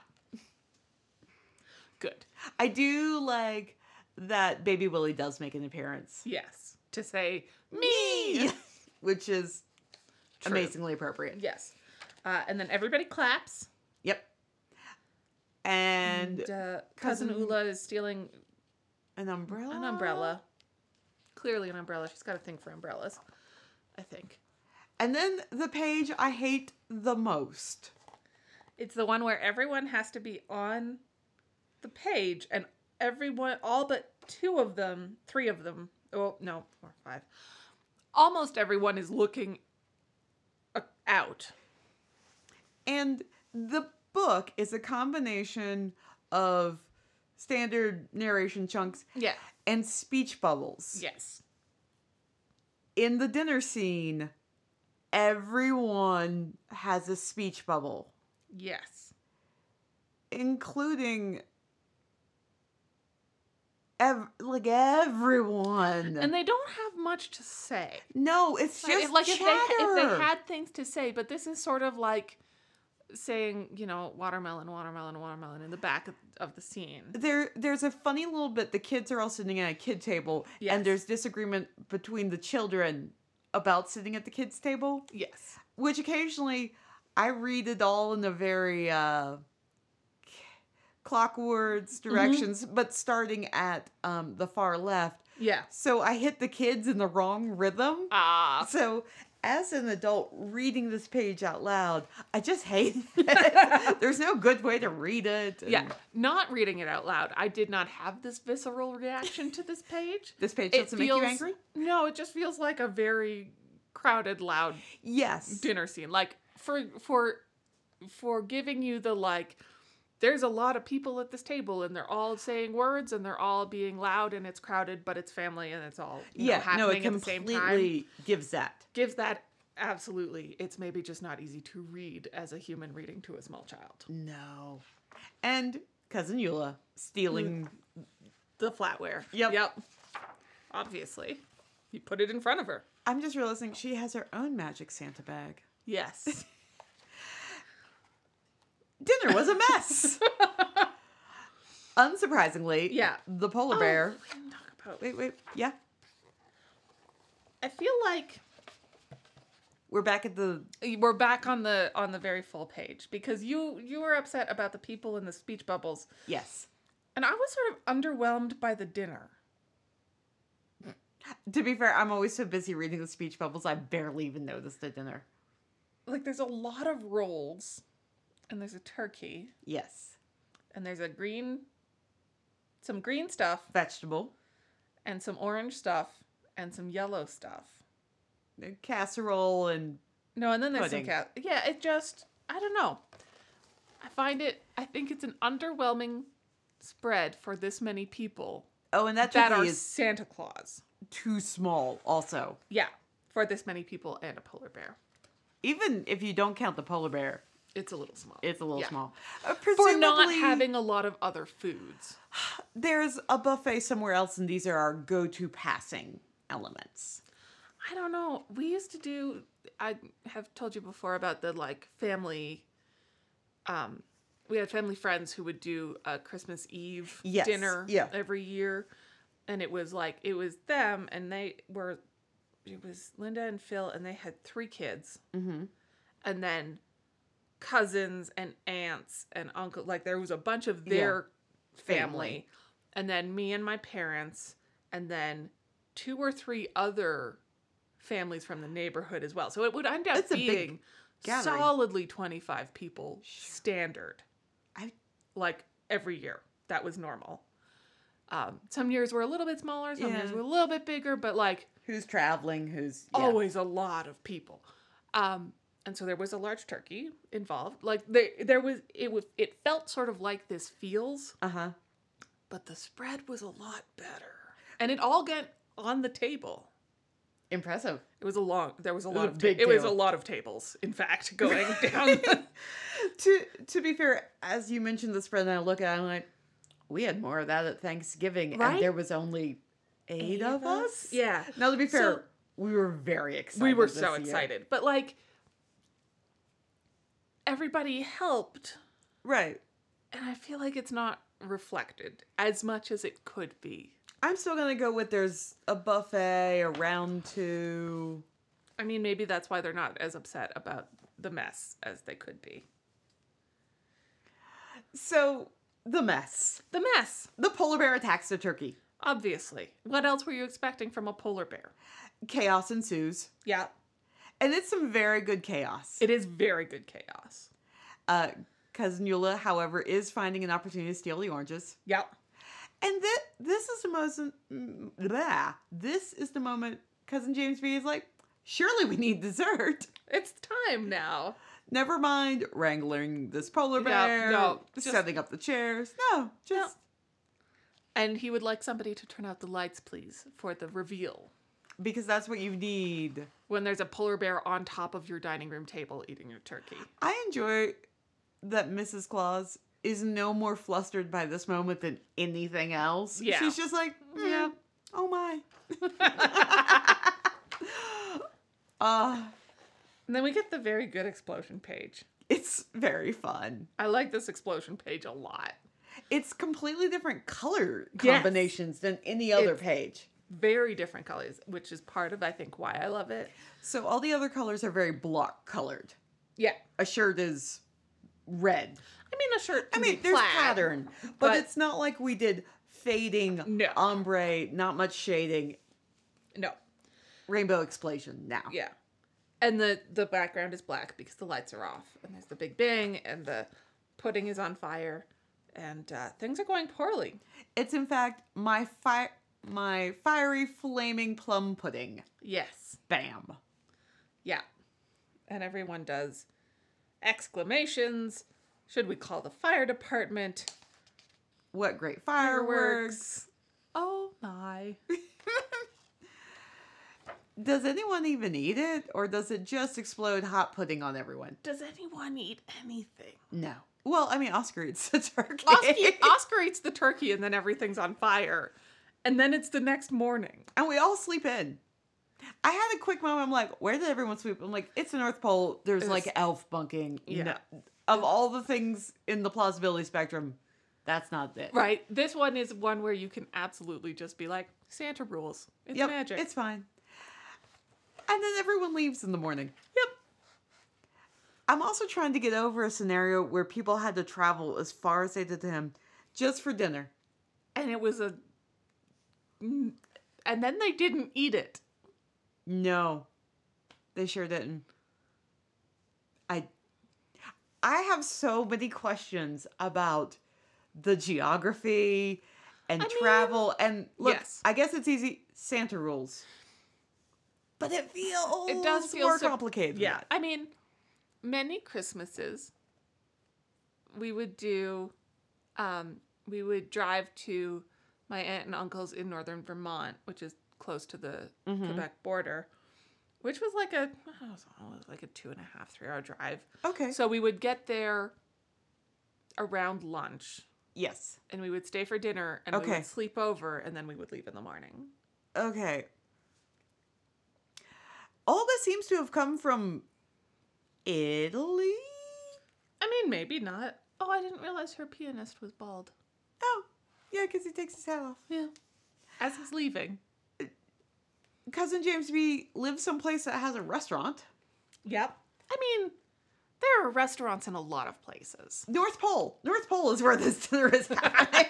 Speaker 3: Good.
Speaker 2: "I do like that." Baby Willie does make an appearance,
Speaker 3: Yes. To say me.
Speaker 2: which is
Speaker 3: True.
Speaker 2: amazingly appropriate.
Speaker 3: Yes. Uh, and then everybody claps.
Speaker 2: Yep. And
Speaker 3: And uh, cousin
Speaker 2: Cousin-
Speaker 3: Ula is stealing
Speaker 2: an umbrella.
Speaker 3: an umbrella. Clearly, an umbrella. She's got a thing for umbrellas, I think.
Speaker 2: And then the page I hate the most.
Speaker 3: It's the one where everyone has to be on the page, and everyone, all but two of them, three of them, oh, no, four, five, almost everyone is looking uh, out.
Speaker 2: And the book is a combination of standard narration chunks
Speaker 3: Yeah.
Speaker 2: and speech bubbles.
Speaker 3: Yes.
Speaker 2: In the dinner scene, everyone has a speech bubble,
Speaker 3: Yes.
Speaker 2: including ev- like everyone.
Speaker 3: And they don't have much to say.
Speaker 2: no, it's
Speaker 3: Right,
Speaker 2: just
Speaker 3: like
Speaker 2: chatter.
Speaker 3: if they, if they had things to say, but this is sort of like saying, you know, watermelon, watermelon, watermelon in the back of, of the scene.
Speaker 2: there there's a funny little bit the kids are all sitting at a kid table
Speaker 3: Yes.
Speaker 2: and there's disagreement between the children about sitting at the kids table
Speaker 3: Yes.
Speaker 2: which occasionally i read it all in a very uh c- clockwards
Speaker 3: Mm-hmm.
Speaker 2: directions but starting at um the far left
Speaker 3: Yeah.
Speaker 2: so i hit the kids in the wrong rhythm
Speaker 3: Ah.
Speaker 2: so as an adult reading this page out loud i just hate it there's no good way to read it
Speaker 3: Yeah.
Speaker 2: and
Speaker 3: Not reading it out loud. I did not have this visceral reaction to this page.
Speaker 2: this page doesn't make you angry
Speaker 3: No, it just feels like a very crowded, loud
Speaker 2: Yes.
Speaker 3: dinner scene. Like for for for giving you the like there's a lot of people at this table and they're all saying words and they're all being loud and it's crowded but it's family and it's all you know,
Speaker 2: yeah. no, it
Speaker 3: happening at the same time.
Speaker 2: completely gives that.
Speaker 3: Gives that absolutely. It's maybe just not easy to read as a human reading to a small child.
Speaker 2: No. And cousin Eula
Speaker 3: Mm.
Speaker 2: stealing.
Speaker 3: The flatware.
Speaker 2: Yep.
Speaker 3: Yep. Obviously. You put it in front of her.
Speaker 2: I'm just realizing she has her own magic Santa bag.
Speaker 3: Yes.
Speaker 2: Dinner was a mess. Unsurprisingly,
Speaker 3: Yeah.
Speaker 2: the polar bear.
Speaker 3: Oh, we didn't talk about-
Speaker 2: Wait, wait, yeah.
Speaker 3: I feel like
Speaker 2: We're back at the
Speaker 3: we're back on the on the very full page because you you were upset about the people in the speech bubbles
Speaker 2: yes.
Speaker 3: and i was sort of underwhelmed by the dinner
Speaker 2: To be fair, I'm always so busy reading the speech bubbles, I barely even noticed the dinner.
Speaker 3: like there's a lot of rolls and there's a turkey
Speaker 2: Yes,
Speaker 3: and there's a green some green stuff
Speaker 2: vegetable,
Speaker 3: and some orange stuff and some yellow stuff
Speaker 2: casserole, and
Speaker 3: no and then there's
Speaker 2: Pudding.
Speaker 3: some cat yeah it just i don't know i find it i think it's an underwhelming spread for this many people
Speaker 2: oh, and that
Speaker 3: that
Speaker 2: turkey
Speaker 3: are
Speaker 2: is
Speaker 3: santa claus
Speaker 2: too small. Also,
Speaker 3: Yeah, for this many people and a polar bear.
Speaker 2: even if you don't count the polar bear,
Speaker 3: It's a little small.
Speaker 2: it's a little
Speaker 3: Yeah.
Speaker 2: small. Uh,
Speaker 3: For not
Speaker 2: presumably,
Speaker 3: having a lot of other foods.
Speaker 2: there's a buffet somewhere else, and these are our go-to passing elements.
Speaker 3: I don't know. We used to do I have told you before about the like family um we had family friends who would do a Christmas Eve
Speaker 2: Yes,
Speaker 3: dinner
Speaker 2: yeah.
Speaker 3: every year and it was like it was them and they were it was Linda and Phil and they had three kids.
Speaker 2: Mm-hmm.
Speaker 3: and then cousins and aunts and uncle like there was a bunch of their family.
Speaker 2: Family.
Speaker 3: and then me and my parents and then two or three other families from the neighborhood as well so it would end up
Speaker 2: It's a big
Speaker 3: being
Speaker 2: gathering.
Speaker 3: solidly 25 people standard
Speaker 2: I-
Speaker 3: like every year that was normal Um, some years were a little bit smaller, some years
Speaker 2: Yeah.
Speaker 3: were a little bit bigger, but like
Speaker 2: Who's traveling? Who's yeah.
Speaker 3: always a lot of people. Um, and so there was a large turkey involved. Like there, there was it was it felt sort of like this feels,
Speaker 2: Uh huh.
Speaker 3: but the spread was a lot better, and it all got on the table.
Speaker 2: Impressive.
Speaker 3: It was a long. There was a
Speaker 2: was
Speaker 3: lot
Speaker 2: a
Speaker 3: of. ta-
Speaker 2: big
Speaker 3: it was a
Speaker 2: table.
Speaker 3: lot of tables, in fact, going down.
Speaker 2: To to be fair, as you mentioned the spread, and I look at, it, I'm like, we had more of that at Thanksgiving,
Speaker 3: Right?
Speaker 2: and there was only eight, of us.
Speaker 3: Yeah.
Speaker 2: Now to be fair,
Speaker 3: So-
Speaker 2: we were very excited.
Speaker 3: we were
Speaker 2: this
Speaker 3: so
Speaker 2: year.
Speaker 3: excited, but like everybody helped,
Speaker 2: Right.
Speaker 3: and I feel like it's not reflected as much as it could be.
Speaker 2: I'm still gonna go with there's a buffet, a round two.
Speaker 3: I mean, maybe that's why they're not as upset about the mess as they could be.
Speaker 2: So the mess.
Speaker 3: The mess,
Speaker 2: The polar bear attacks the turkey.
Speaker 3: obviously. What else were you expecting from a polar bear?
Speaker 2: Chaos ensues.
Speaker 3: Yeah.
Speaker 2: And it's some very good chaos.
Speaker 3: It is very good chaos.
Speaker 2: Uh, Cousin Eula, however, is finding an opportunity to steal the oranges.
Speaker 3: Yeah.
Speaker 2: And th- this is the most. mm, Blah. This is the moment Cousin James B is like, surely we need dessert.
Speaker 3: It's time now.
Speaker 2: Never mind wrangling this polar
Speaker 3: Yeah,
Speaker 2: bear,
Speaker 3: no, just-
Speaker 2: setting up the chairs. No, just
Speaker 3: And he would like somebody to turn out the lights, please, for the reveal.
Speaker 2: because that's what you need.
Speaker 3: When there's a polar bear on top of your dining room table eating your turkey.
Speaker 2: I enjoy that Mrs. Claus is no more flustered by this moment than anything else.
Speaker 3: Yeah. Mm-hmm.
Speaker 2: She's just like, mm,
Speaker 3: Yeah.
Speaker 2: oh my. uh,
Speaker 3: And then we get the very good explosion page.
Speaker 2: it's very fun.
Speaker 3: I like this explosion page a lot.
Speaker 2: It's completely different color
Speaker 3: Yes.
Speaker 2: combinations than any other
Speaker 3: It's-
Speaker 2: page.
Speaker 3: Very different colors, which is part of, I think, why I love it.
Speaker 2: So all the other colors are very block colored.
Speaker 3: Yeah.
Speaker 2: A shirt is red.
Speaker 3: I mean, a shirt.
Speaker 2: I
Speaker 3: can
Speaker 2: mean,
Speaker 3: be
Speaker 2: there's
Speaker 3: plaid.
Speaker 2: pattern, but,
Speaker 3: but-
Speaker 2: it's not like we did fading,
Speaker 3: No.
Speaker 2: ombre, not much shading,
Speaker 3: No.
Speaker 2: rainbow explosion now.
Speaker 3: Yeah. And the the background is black because the lights are off, and there's the Big Bang, and the pudding is on fire, and uh, things are going poorly.
Speaker 2: It's in fact my fire my fiery flaming plum pudding.
Speaker 3: Yes.
Speaker 2: Bam.
Speaker 3: Yeah. And everyone does exclamations. Should we call the fire department?
Speaker 2: What great fireworks.
Speaker 3: Oh my.
Speaker 2: Does anyone even eat it or does it just explode hot pudding on everyone?
Speaker 3: Does anyone eat anything?
Speaker 2: No. Well, I mean Oscar eats a turkey.
Speaker 3: Oscar, uh Oscar eats the turkey and then everything's on fire. And then it's the next morning.
Speaker 2: and we all sleep in. I had a quick moment. I'm like, where did everyone sleep? I'm like, it's the North Pole. There's
Speaker 3: It's-
Speaker 2: like elf bunking.
Speaker 3: Yeah.
Speaker 2: No- Of all the things in the plausibility spectrum, that's not it.
Speaker 3: Right. This one is one where you can absolutely just be like, Santa rules. It's
Speaker 2: Yep,
Speaker 3: magic.
Speaker 2: It's fine. And then everyone leaves in the morning.
Speaker 3: Yep.
Speaker 2: I'm also trying to get over a scenario where people had to travel as far as they did to him just for dinner.
Speaker 3: And it was a. Mm, And then they didn't eat it.
Speaker 2: No, they sure didn't. I, I have so many questions about the geography and
Speaker 3: I mean,
Speaker 2: travel. and look,
Speaker 3: yes.
Speaker 2: I guess it's easy. Santa rules, but it feels
Speaker 3: It does feel
Speaker 2: more
Speaker 3: so-
Speaker 2: complicated. than
Speaker 3: Yeah.
Speaker 2: that.
Speaker 3: I mean, many Christmases we would do um we would drive to my aunt and uncle's in northern Vermont, which is close to the
Speaker 2: Mhm.
Speaker 3: Quebec border, which was like a I don't know, it was like a two and a half, three hour drive.
Speaker 2: Okay.
Speaker 3: So we would get there around lunch
Speaker 2: yes.
Speaker 3: and we would stay for dinner and we
Speaker 2: Okay.
Speaker 3: would sleep over and then we would leave in the morning.
Speaker 2: Okay. All this seems to have come from Italy.
Speaker 3: I mean, maybe not. Oh, I didn't realize her pianist was bald.
Speaker 2: Oh, yeah, because he takes his hat off.
Speaker 3: Yeah. As he's leaving.
Speaker 2: Cousin James B lives someplace that has a restaurant.
Speaker 3: Yep. I mean, there are restaurants in a lot of places.
Speaker 2: North Pole. North Pole is where this dinner is happening.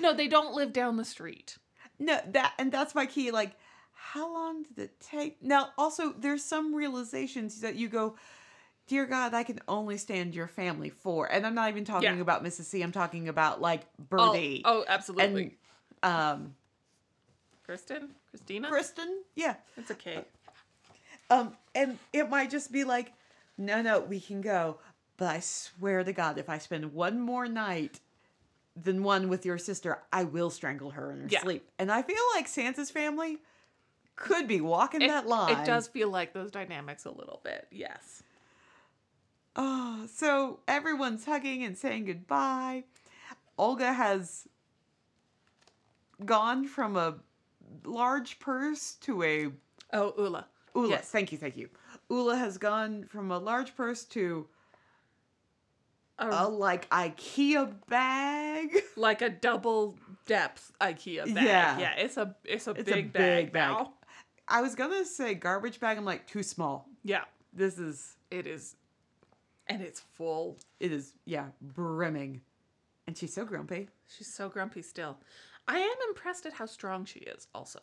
Speaker 3: No, they don't live down the street.
Speaker 2: no, that and that's my key. Like, how long did it take? Now, also, there's some realizations that you go, dear God, I can only stand your family for. And I'm not even talking
Speaker 3: Yeah.
Speaker 2: about Mrs. C. I'm talking about like
Speaker 3: Oh,
Speaker 2: Birdie
Speaker 3: oh, absolutely.
Speaker 2: and um,
Speaker 3: Kristen? Christina?
Speaker 2: Kristen. Yeah.
Speaker 3: It's okay.
Speaker 2: Um, and it might just be like, no, no, we can go. But I swear to God, if I spend one more night than one with your sister, I will strangle her in her
Speaker 3: Yeah.
Speaker 2: sleep. And I feel like Santa's family could be walking
Speaker 3: It-
Speaker 2: that line.
Speaker 3: It does feel like those dynamics a little bit. Yes.
Speaker 2: Oh, so everyone's hugging and saying goodbye. Olga has gone from a large purse to a
Speaker 3: Oh, Ula.
Speaker 2: Ula.
Speaker 3: Yes.
Speaker 2: Thank you, thank you. Ula has gone from a large purse to
Speaker 3: A-
Speaker 2: a like IKEA bag.
Speaker 3: like a double depth IKEA bag.
Speaker 2: Yeah.
Speaker 3: Yeah. it's a it's a
Speaker 2: It's a
Speaker 3: big bag.
Speaker 2: big bag.
Speaker 3: now.
Speaker 2: I was gonna say garbage bag. I'm like too small.
Speaker 3: Yeah.
Speaker 2: This is
Speaker 3: It is and it's full.
Speaker 2: it is yeah brimming, and she's so grumpy.
Speaker 3: She's so grumpy still. I am impressed at how strong she is also.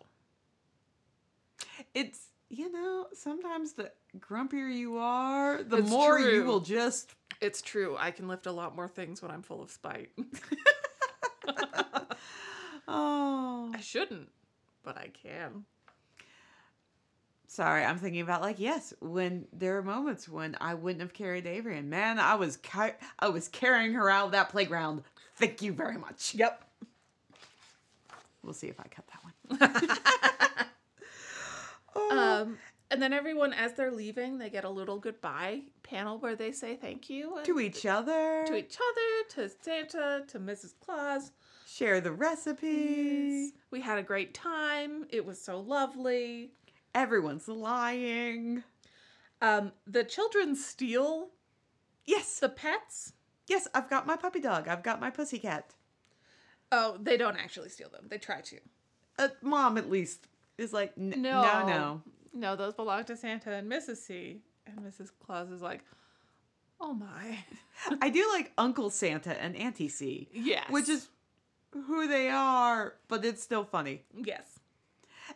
Speaker 2: It's you know sometimes the grumpier you are, the
Speaker 3: It's
Speaker 2: more you
Speaker 3: true.
Speaker 2: will just
Speaker 3: It's true. I can lift a lot more things when I'm full of spite.
Speaker 2: Oh,
Speaker 3: I shouldn't, but I can.
Speaker 2: sorry. I'm thinking about like yes, when there are moments when I wouldn't have carried Avery, and man, I was ca- I was carrying her out of that playground. Thank you very much.
Speaker 3: Yep.
Speaker 2: We'll see if I cut that one. Oh,
Speaker 3: Um and then everyone as they're leaving, they get a little goodbye panel where they say thank you and-
Speaker 2: to each other,
Speaker 3: to e- each other, to Santa, to Mrs. Claus.
Speaker 2: share the recipe.
Speaker 3: We had a great time. It was so lovely.
Speaker 2: Everyone's lying.
Speaker 3: Um, the children steal
Speaker 2: Yes,
Speaker 3: the pets.
Speaker 2: yes. I've got my puppy dog. I've got my pussycat.
Speaker 3: Oh, they don't actually steal them. They try to.
Speaker 2: Uh, Mom, at least, is like N-
Speaker 3: No.
Speaker 2: no, no.
Speaker 3: No, those belong to Santa and Mrs. C. And Mrs. Claus is like, oh my.
Speaker 2: I do like Uncle Santa and Auntie C,
Speaker 3: Yes.
Speaker 2: which is who they are, but it's still funny.
Speaker 3: Yes.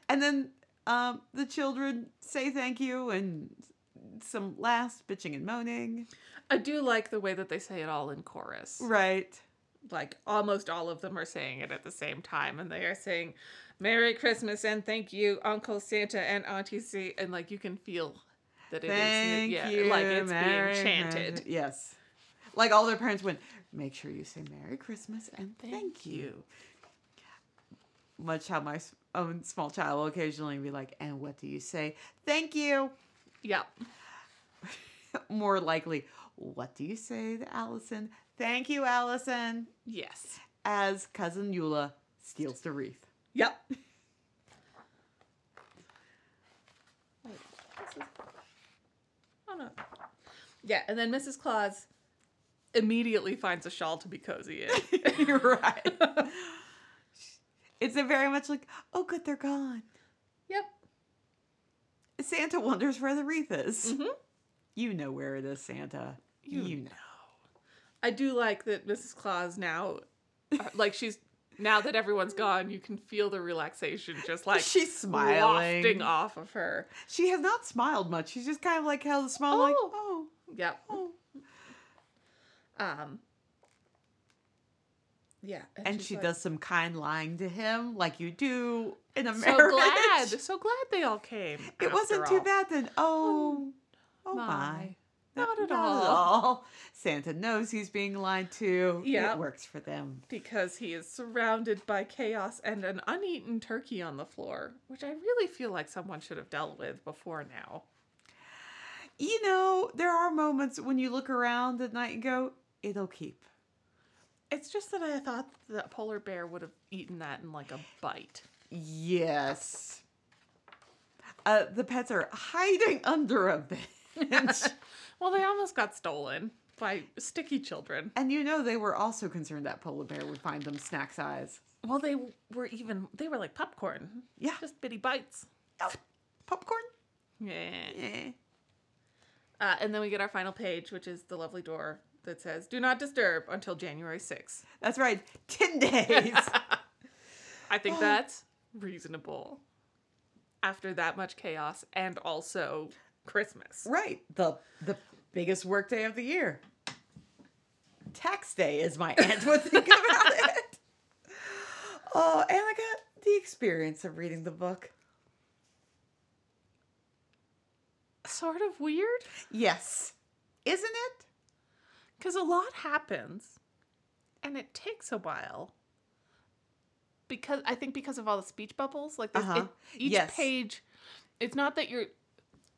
Speaker 2: And then um, the children say thank you and some last bitching and moaning.
Speaker 3: I do like the way that they say it all in chorus.
Speaker 2: Right.
Speaker 3: Like almost all of them are saying it at the same time. And they are saying, Merry Christmas and thank you, Uncle Santa and Auntie C. And like you can feel that it is
Speaker 2: Thank
Speaker 3: yeah,
Speaker 2: you.
Speaker 3: like it's
Speaker 2: Merry
Speaker 3: being chanted.
Speaker 2: Christmas. Yes. Like all their parents went, make sure you say Merry Christmas and thank, you. Much how my s- own small child will occasionally be like, and what do you say? Thank you.
Speaker 3: Yeah.
Speaker 2: More likely, what do you say to Allison? Thank you, Allison.
Speaker 3: Yes.
Speaker 2: As cousin Eula steals the wreath.
Speaker 3: Yep. Oh no. Yeah, and then Mrs. Claus immediately finds a shawl to be cozy in.
Speaker 2: You're right. it's a very much like, oh, good, they're gone.
Speaker 3: yep.
Speaker 2: Santa wonders where the wreath is.
Speaker 3: Mhm.
Speaker 2: You know where it is, Santa. Mm-hmm. You, know.
Speaker 3: I do like that Mrs. Claus now, uh, like she's now that everyone's gone, you can feel the relaxation just like
Speaker 2: She's smiling.
Speaker 3: wafting off of her.
Speaker 2: She has not smiled much. She's just kind of like held a smile, like, oh,
Speaker 3: Yep.
Speaker 2: oh.
Speaker 3: Um. Yeah,
Speaker 2: And
Speaker 3: she's
Speaker 2: she
Speaker 3: like,
Speaker 2: does some kind lying to him, like you do in a
Speaker 3: So
Speaker 2: marriage.
Speaker 3: glad, so glad they all came.
Speaker 2: It wasn't
Speaker 3: after
Speaker 2: too
Speaker 3: all.
Speaker 2: bad then. Oh, oh my.
Speaker 3: my.
Speaker 2: Not
Speaker 3: Not at
Speaker 2: all. Santa knows he's being lied to.
Speaker 3: Yeah.
Speaker 2: It works for them.
Speaker 3: because he is surrounded by chaos and an uneaten turkey on the floor, which I really feel like someone should have dealt with before now.
Speaker 2: you know, there are moments when you look around at night and go, it'll keep.
Speaker 3: It's just that I thought the polar bear would have eaten that in like a bite.
Speaker 2: Yes. Uh, the pets are hiding under a bench.
Speaker 3: Well, they almost got stolen by sticky children.
Speaker 2: and you know, they were also concerned that polar bear would find them snack size.
Speaker 3: Well, they were even they were like popcorn.
Speaker 2: Yeah.
Speaker 3: Just bitty bites.
Speaker 2: Oh, popcorn?
Speaker 3: Yeah.
Speaker 2: Eh.
Speaker 3: Uh, and then we get our final page, which is the lovely door that says, "Do not disturb until January 6th.
Speaker 2: That's right. 10 days.
Speaker 3: I think that's reasonable. After that much chaos and also Christmas.
Speaker 2: right. The the biggest work day of the year. Tax day is my aunt would think about it. Oh, and I got the experience of reading the book.
Speaker 3: Sort of weird
Speaker 2: Yes. Isn't it?
Speaker 3: because a lot happens and it takes a while. Because I think because of all the speech bubbles, like this,
Speaker 2: Uh-huh.
Speaker 3: it, each
Speaker 2: Yes.
Speaker 3: page, it's not that you're.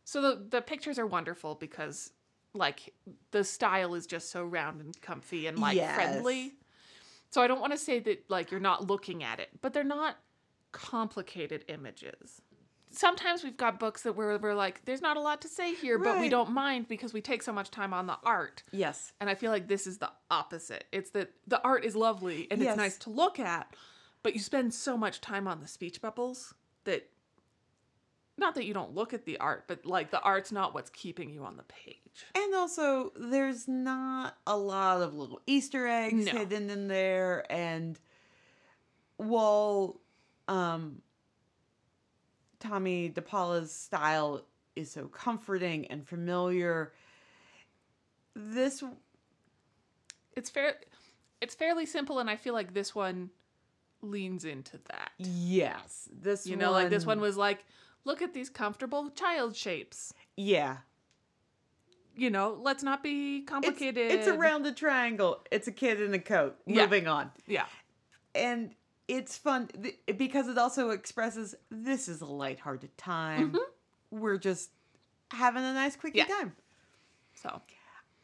Speaker 3: So the the pictures are wonderful because like the style is just so round and comfy and like
Speaker 2: Yes.
Speaker 3: friendly. So I don't want to say that like you're not looking at it, but they're not complicated images. Sometimes we've got books that we're, we're like, there's not a lot to say here, but we
Speaker 2: Right.
Speaker 3: don't mind because we take so much time on the art.
Speaker 2: Yes.
Speaker 3: And I feel like this is the opposite. It's that the art is lovely and
Speaker 2: Yes.
Speaker 3: it's nice to look at, but you spend so much time on the speech bubbles that not that you don't look at the art, but like the art's not what's keeping you on the page.
Speaker 2: And also, there's not a lot of little Easter eggs
Speaker 3: No.
Speaker 2: hidden in there. And while um, Tommy DePaula's style is so comforting and familiar, this
Speaker 3: It's fair it's fairly simple and I feel like this one leans into that.
Speaker 2: yes, this
Speaker 3: You know, like this one was like, look at these comfortable child shapes.
Speaker 2: yeah,
Speaker 3: You know, let's not be
Speaker 2: it's,
Speaker 3: complicated.
Speaker 2: it's a rounded triangle. It's a kid in a coat.
Speaker 3: Yeah.
Speaker 2: Moving on.
Speaker 3: Yeah.
Speaker 2: and it's fun th- because it also expresses this is a lighthearted time. We're just having a nice quickie
Speaker 3: Mm-hmm. Yeah.
Speaker 2: time.
Speaker 3: So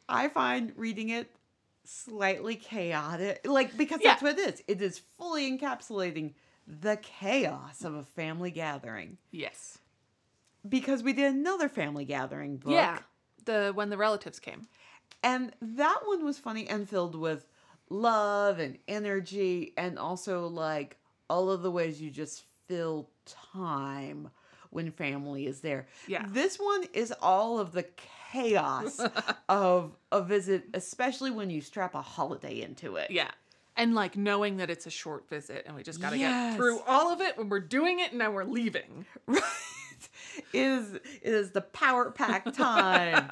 Speaker 2: I find reading it slightly chaotic, like because
Speaker 3: Yeah.
Speaker 2: that's what it is. It is fully encapsulating the chaos of a family gathering
Speaker 3: yes.
Speaker 2: because we did another family gathering book.
Speaker 3: Yeah. The when the relatives came.
Speaker 2: And that one was funny and filled with love and energy and also like all of the ways you just fill time when family is there.
Speaker 3: Yeah.
Speaker 2: This one is all of the chaos of a visit, especially when you strap a holiday into it.
Speaker 3: Yeah. And like knowing that it's a short visit and we just got to
Speaker 2: Yes.
Speaker 3: get through all of it when we're doing it and now we're leaving.
Speaker 2: Right. It is it is the power pack time.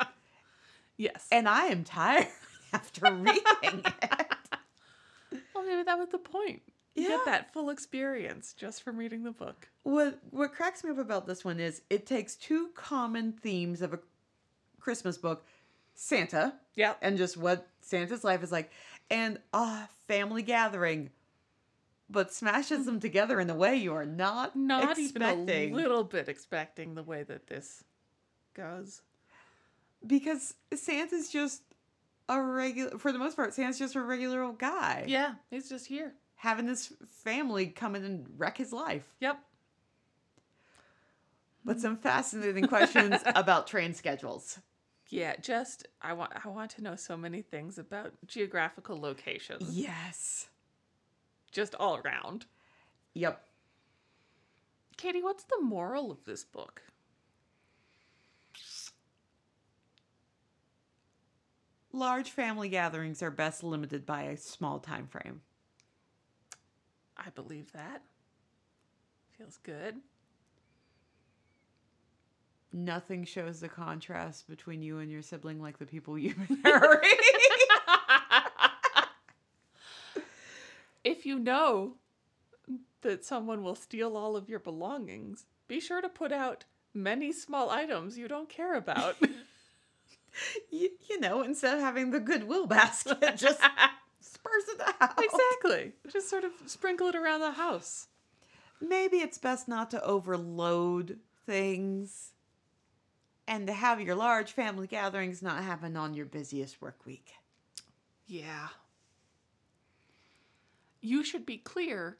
Speaker 3: Yes.
Speaker 2: and I am tired after reading it.
Speaker 3: well, maybe that was the point. You
Speaker 2: Yeah.
Speaker 3: get that full experience just from reading the book.
Speaker 2: What what cracks me up about this one is it takes two common themes of a Christmas book, Santa,
Speaker 3: Yeah.
Speaker 2: and just what Santa's life is like, and a family gathering, but smashes them together in a way you are not
Speaker 3: Not
Speaker 2: expecting.
Speaker 3: even a little bit expecting the way that this goes.
Speaker 2: because Santa's just a regular for the most part. Santa's just a regular old guy
Speaker 3: Yeah. He's just here.
Speaker 2: having this family come in and wreck his life.
Speaker 3: Yep. Mm-hmm.
Speaker 2: But some fascinating questions about train schedules.
Speaker 3: Yeah, just I want I want to know so many things about geographical locations
Speaker 2: Yes.
Speaker 3: just all around.
Speaker 2: Yep.
Speaker 3: Katie, what's the moral of this book?
Speaker 2: large family gatherings are best limited by a small time frame.
Speaker 3: I believe that. Feels good.
Speaker 2: Nothing shows the contrast between you and your sibling like the people you marry.
Speaker 3: if you know that someone will steal all of your belongings, be sure to put out many small items you don't care about.
Speaker 2: you, you know, instead of having the goodwill basket, just spurs it out.
Speaker 3: exactly. Just sort of sprinkle it around the house.
Speaker 2: Maybe it's best not to overload things and to have your large family gatherings not happen on your busiest work week.
Speaker 3: Yeah. You should be clear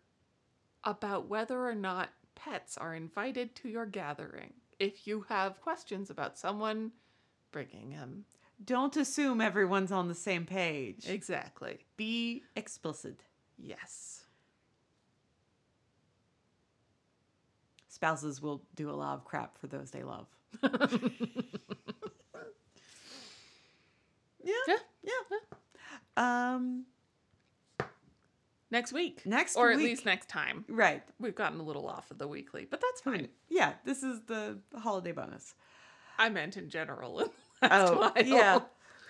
Speaker 3: about whether or not pets are invited to your gathering. If you have questions about someone bringing him.
Speaker 2: Don't assume everyone's on the same page.
Speaker 3: Exactly.
Speaker 2: Be explicit.
Speaker 3: Yes.
Speaker 2: Spouses will do a lot of crap for those they love.
Speaker 3: Yeah.
Speaker 2: Yeah. Um.
Speaker 3: Next week.
Speaker 2: Next
Speaker 3: Or at
Speaker 2: week.
Speaker 3: least next time.
Speaker 2: Right.
Speaker 3: We've gotten a little off of the weekly, but that's fine.
Speaker 2: Yeah. This is the holiday bonus.
Speaker 3: I meant in general. last
Speaker 2: oh,
Speaker 3: while.
Speaker 2: yeah.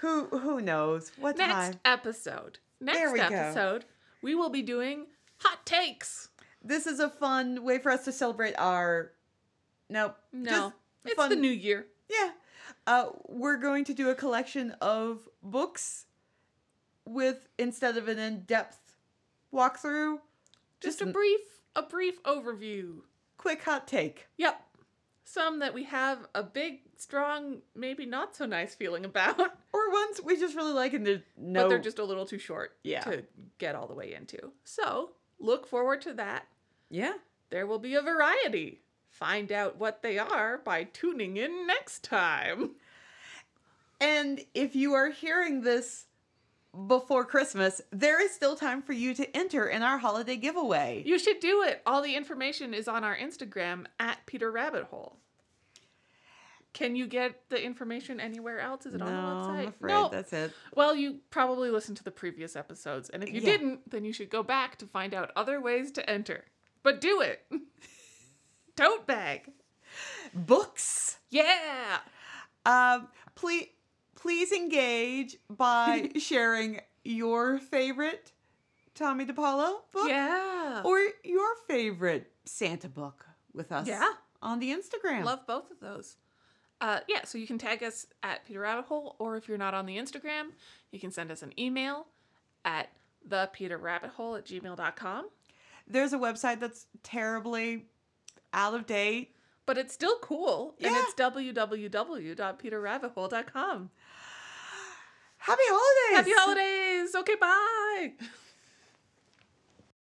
Speaker 2: Who who knows what
Speaker 3: Next
Speaker 2: time?
Speaker 3: episode. Next
Speaker 2: There we go.
Speaker 3: episode, we will be doing hot takes.
Speaker 2: This is a fun way for us to celebrate our. Nope.
Speaker 3: No,
Speaker 2: just
Speaker 3: it's the
Speaker 2: fun-
Speaker 3: new year.
Speaker 2: Yeah. Uh, we're going to do a collection of books with, instead of an in depth walkthrough,
Speaker 3: Just
Speaker 2: just
Speaker 3: a
Speaker 2: an-
Speaker 3: brief, a brief overview.
Speaker 2: quick hot take.
Speaker 3: Yep. Some that we have a big, strong, maybe not so nice feeling about,
Speaker 2: Or ones we just really like and there's no.
Speaker 3: but they're just a little too short
Speaker 2: Yeah.
Speaker 3: to get all the way into. So look forward to that.
Speaker 2: Yeah.
Speaker 3: There will be a variety. Find out what they are by tuning in next time.
Speaker 2: And if you are hearing this before Christmas, there is still time for you to enter in our holiday giveaway.
Speaker 3: You should do it. All the information is on our Instagram at Peter Rabbit Hole. Can you get the information anywhere else? Is it
Speaker 2: no,
Speaker 3: on the website?
Speaker 2: I'm afraid
Speaker 3: no.
Speaker 2: that's it.
Speaker 3: Well, you probably listened to the previous episodes, and if you
Speaker 2: Yeah.
Speaker 3: didn't, then you should go back to find out other ways to enter. But do it. Tote bag.
Speaker 2: Books.
Speaker 3: Yeah.
Speaker 2: Um, please, please engage by sharing your favorite Tommy DePaulo book
Speaker 3: Yeah.
Speaker 2: or your favorite Santa book with us.
Speaker 3: Yeah.
Speaker 2: On the Instagram.
Speaker 3: Love both of those. Uh, yeah, so you can tag us at Peter Rabbit Hole, or if you're not on the Instagram, you can send us an email at thepeterrabbithole at gmail.com.
Speaker 2: There's a website that's terribly out of date.
Speaker 3: But it's still cool, and
Speaker 2: Yeah.
Speaker 3: it's www.peterrabbithole.com.
Speaker 2: Happy holidays!
Speaker 3: Happy holidays! Okay, bye!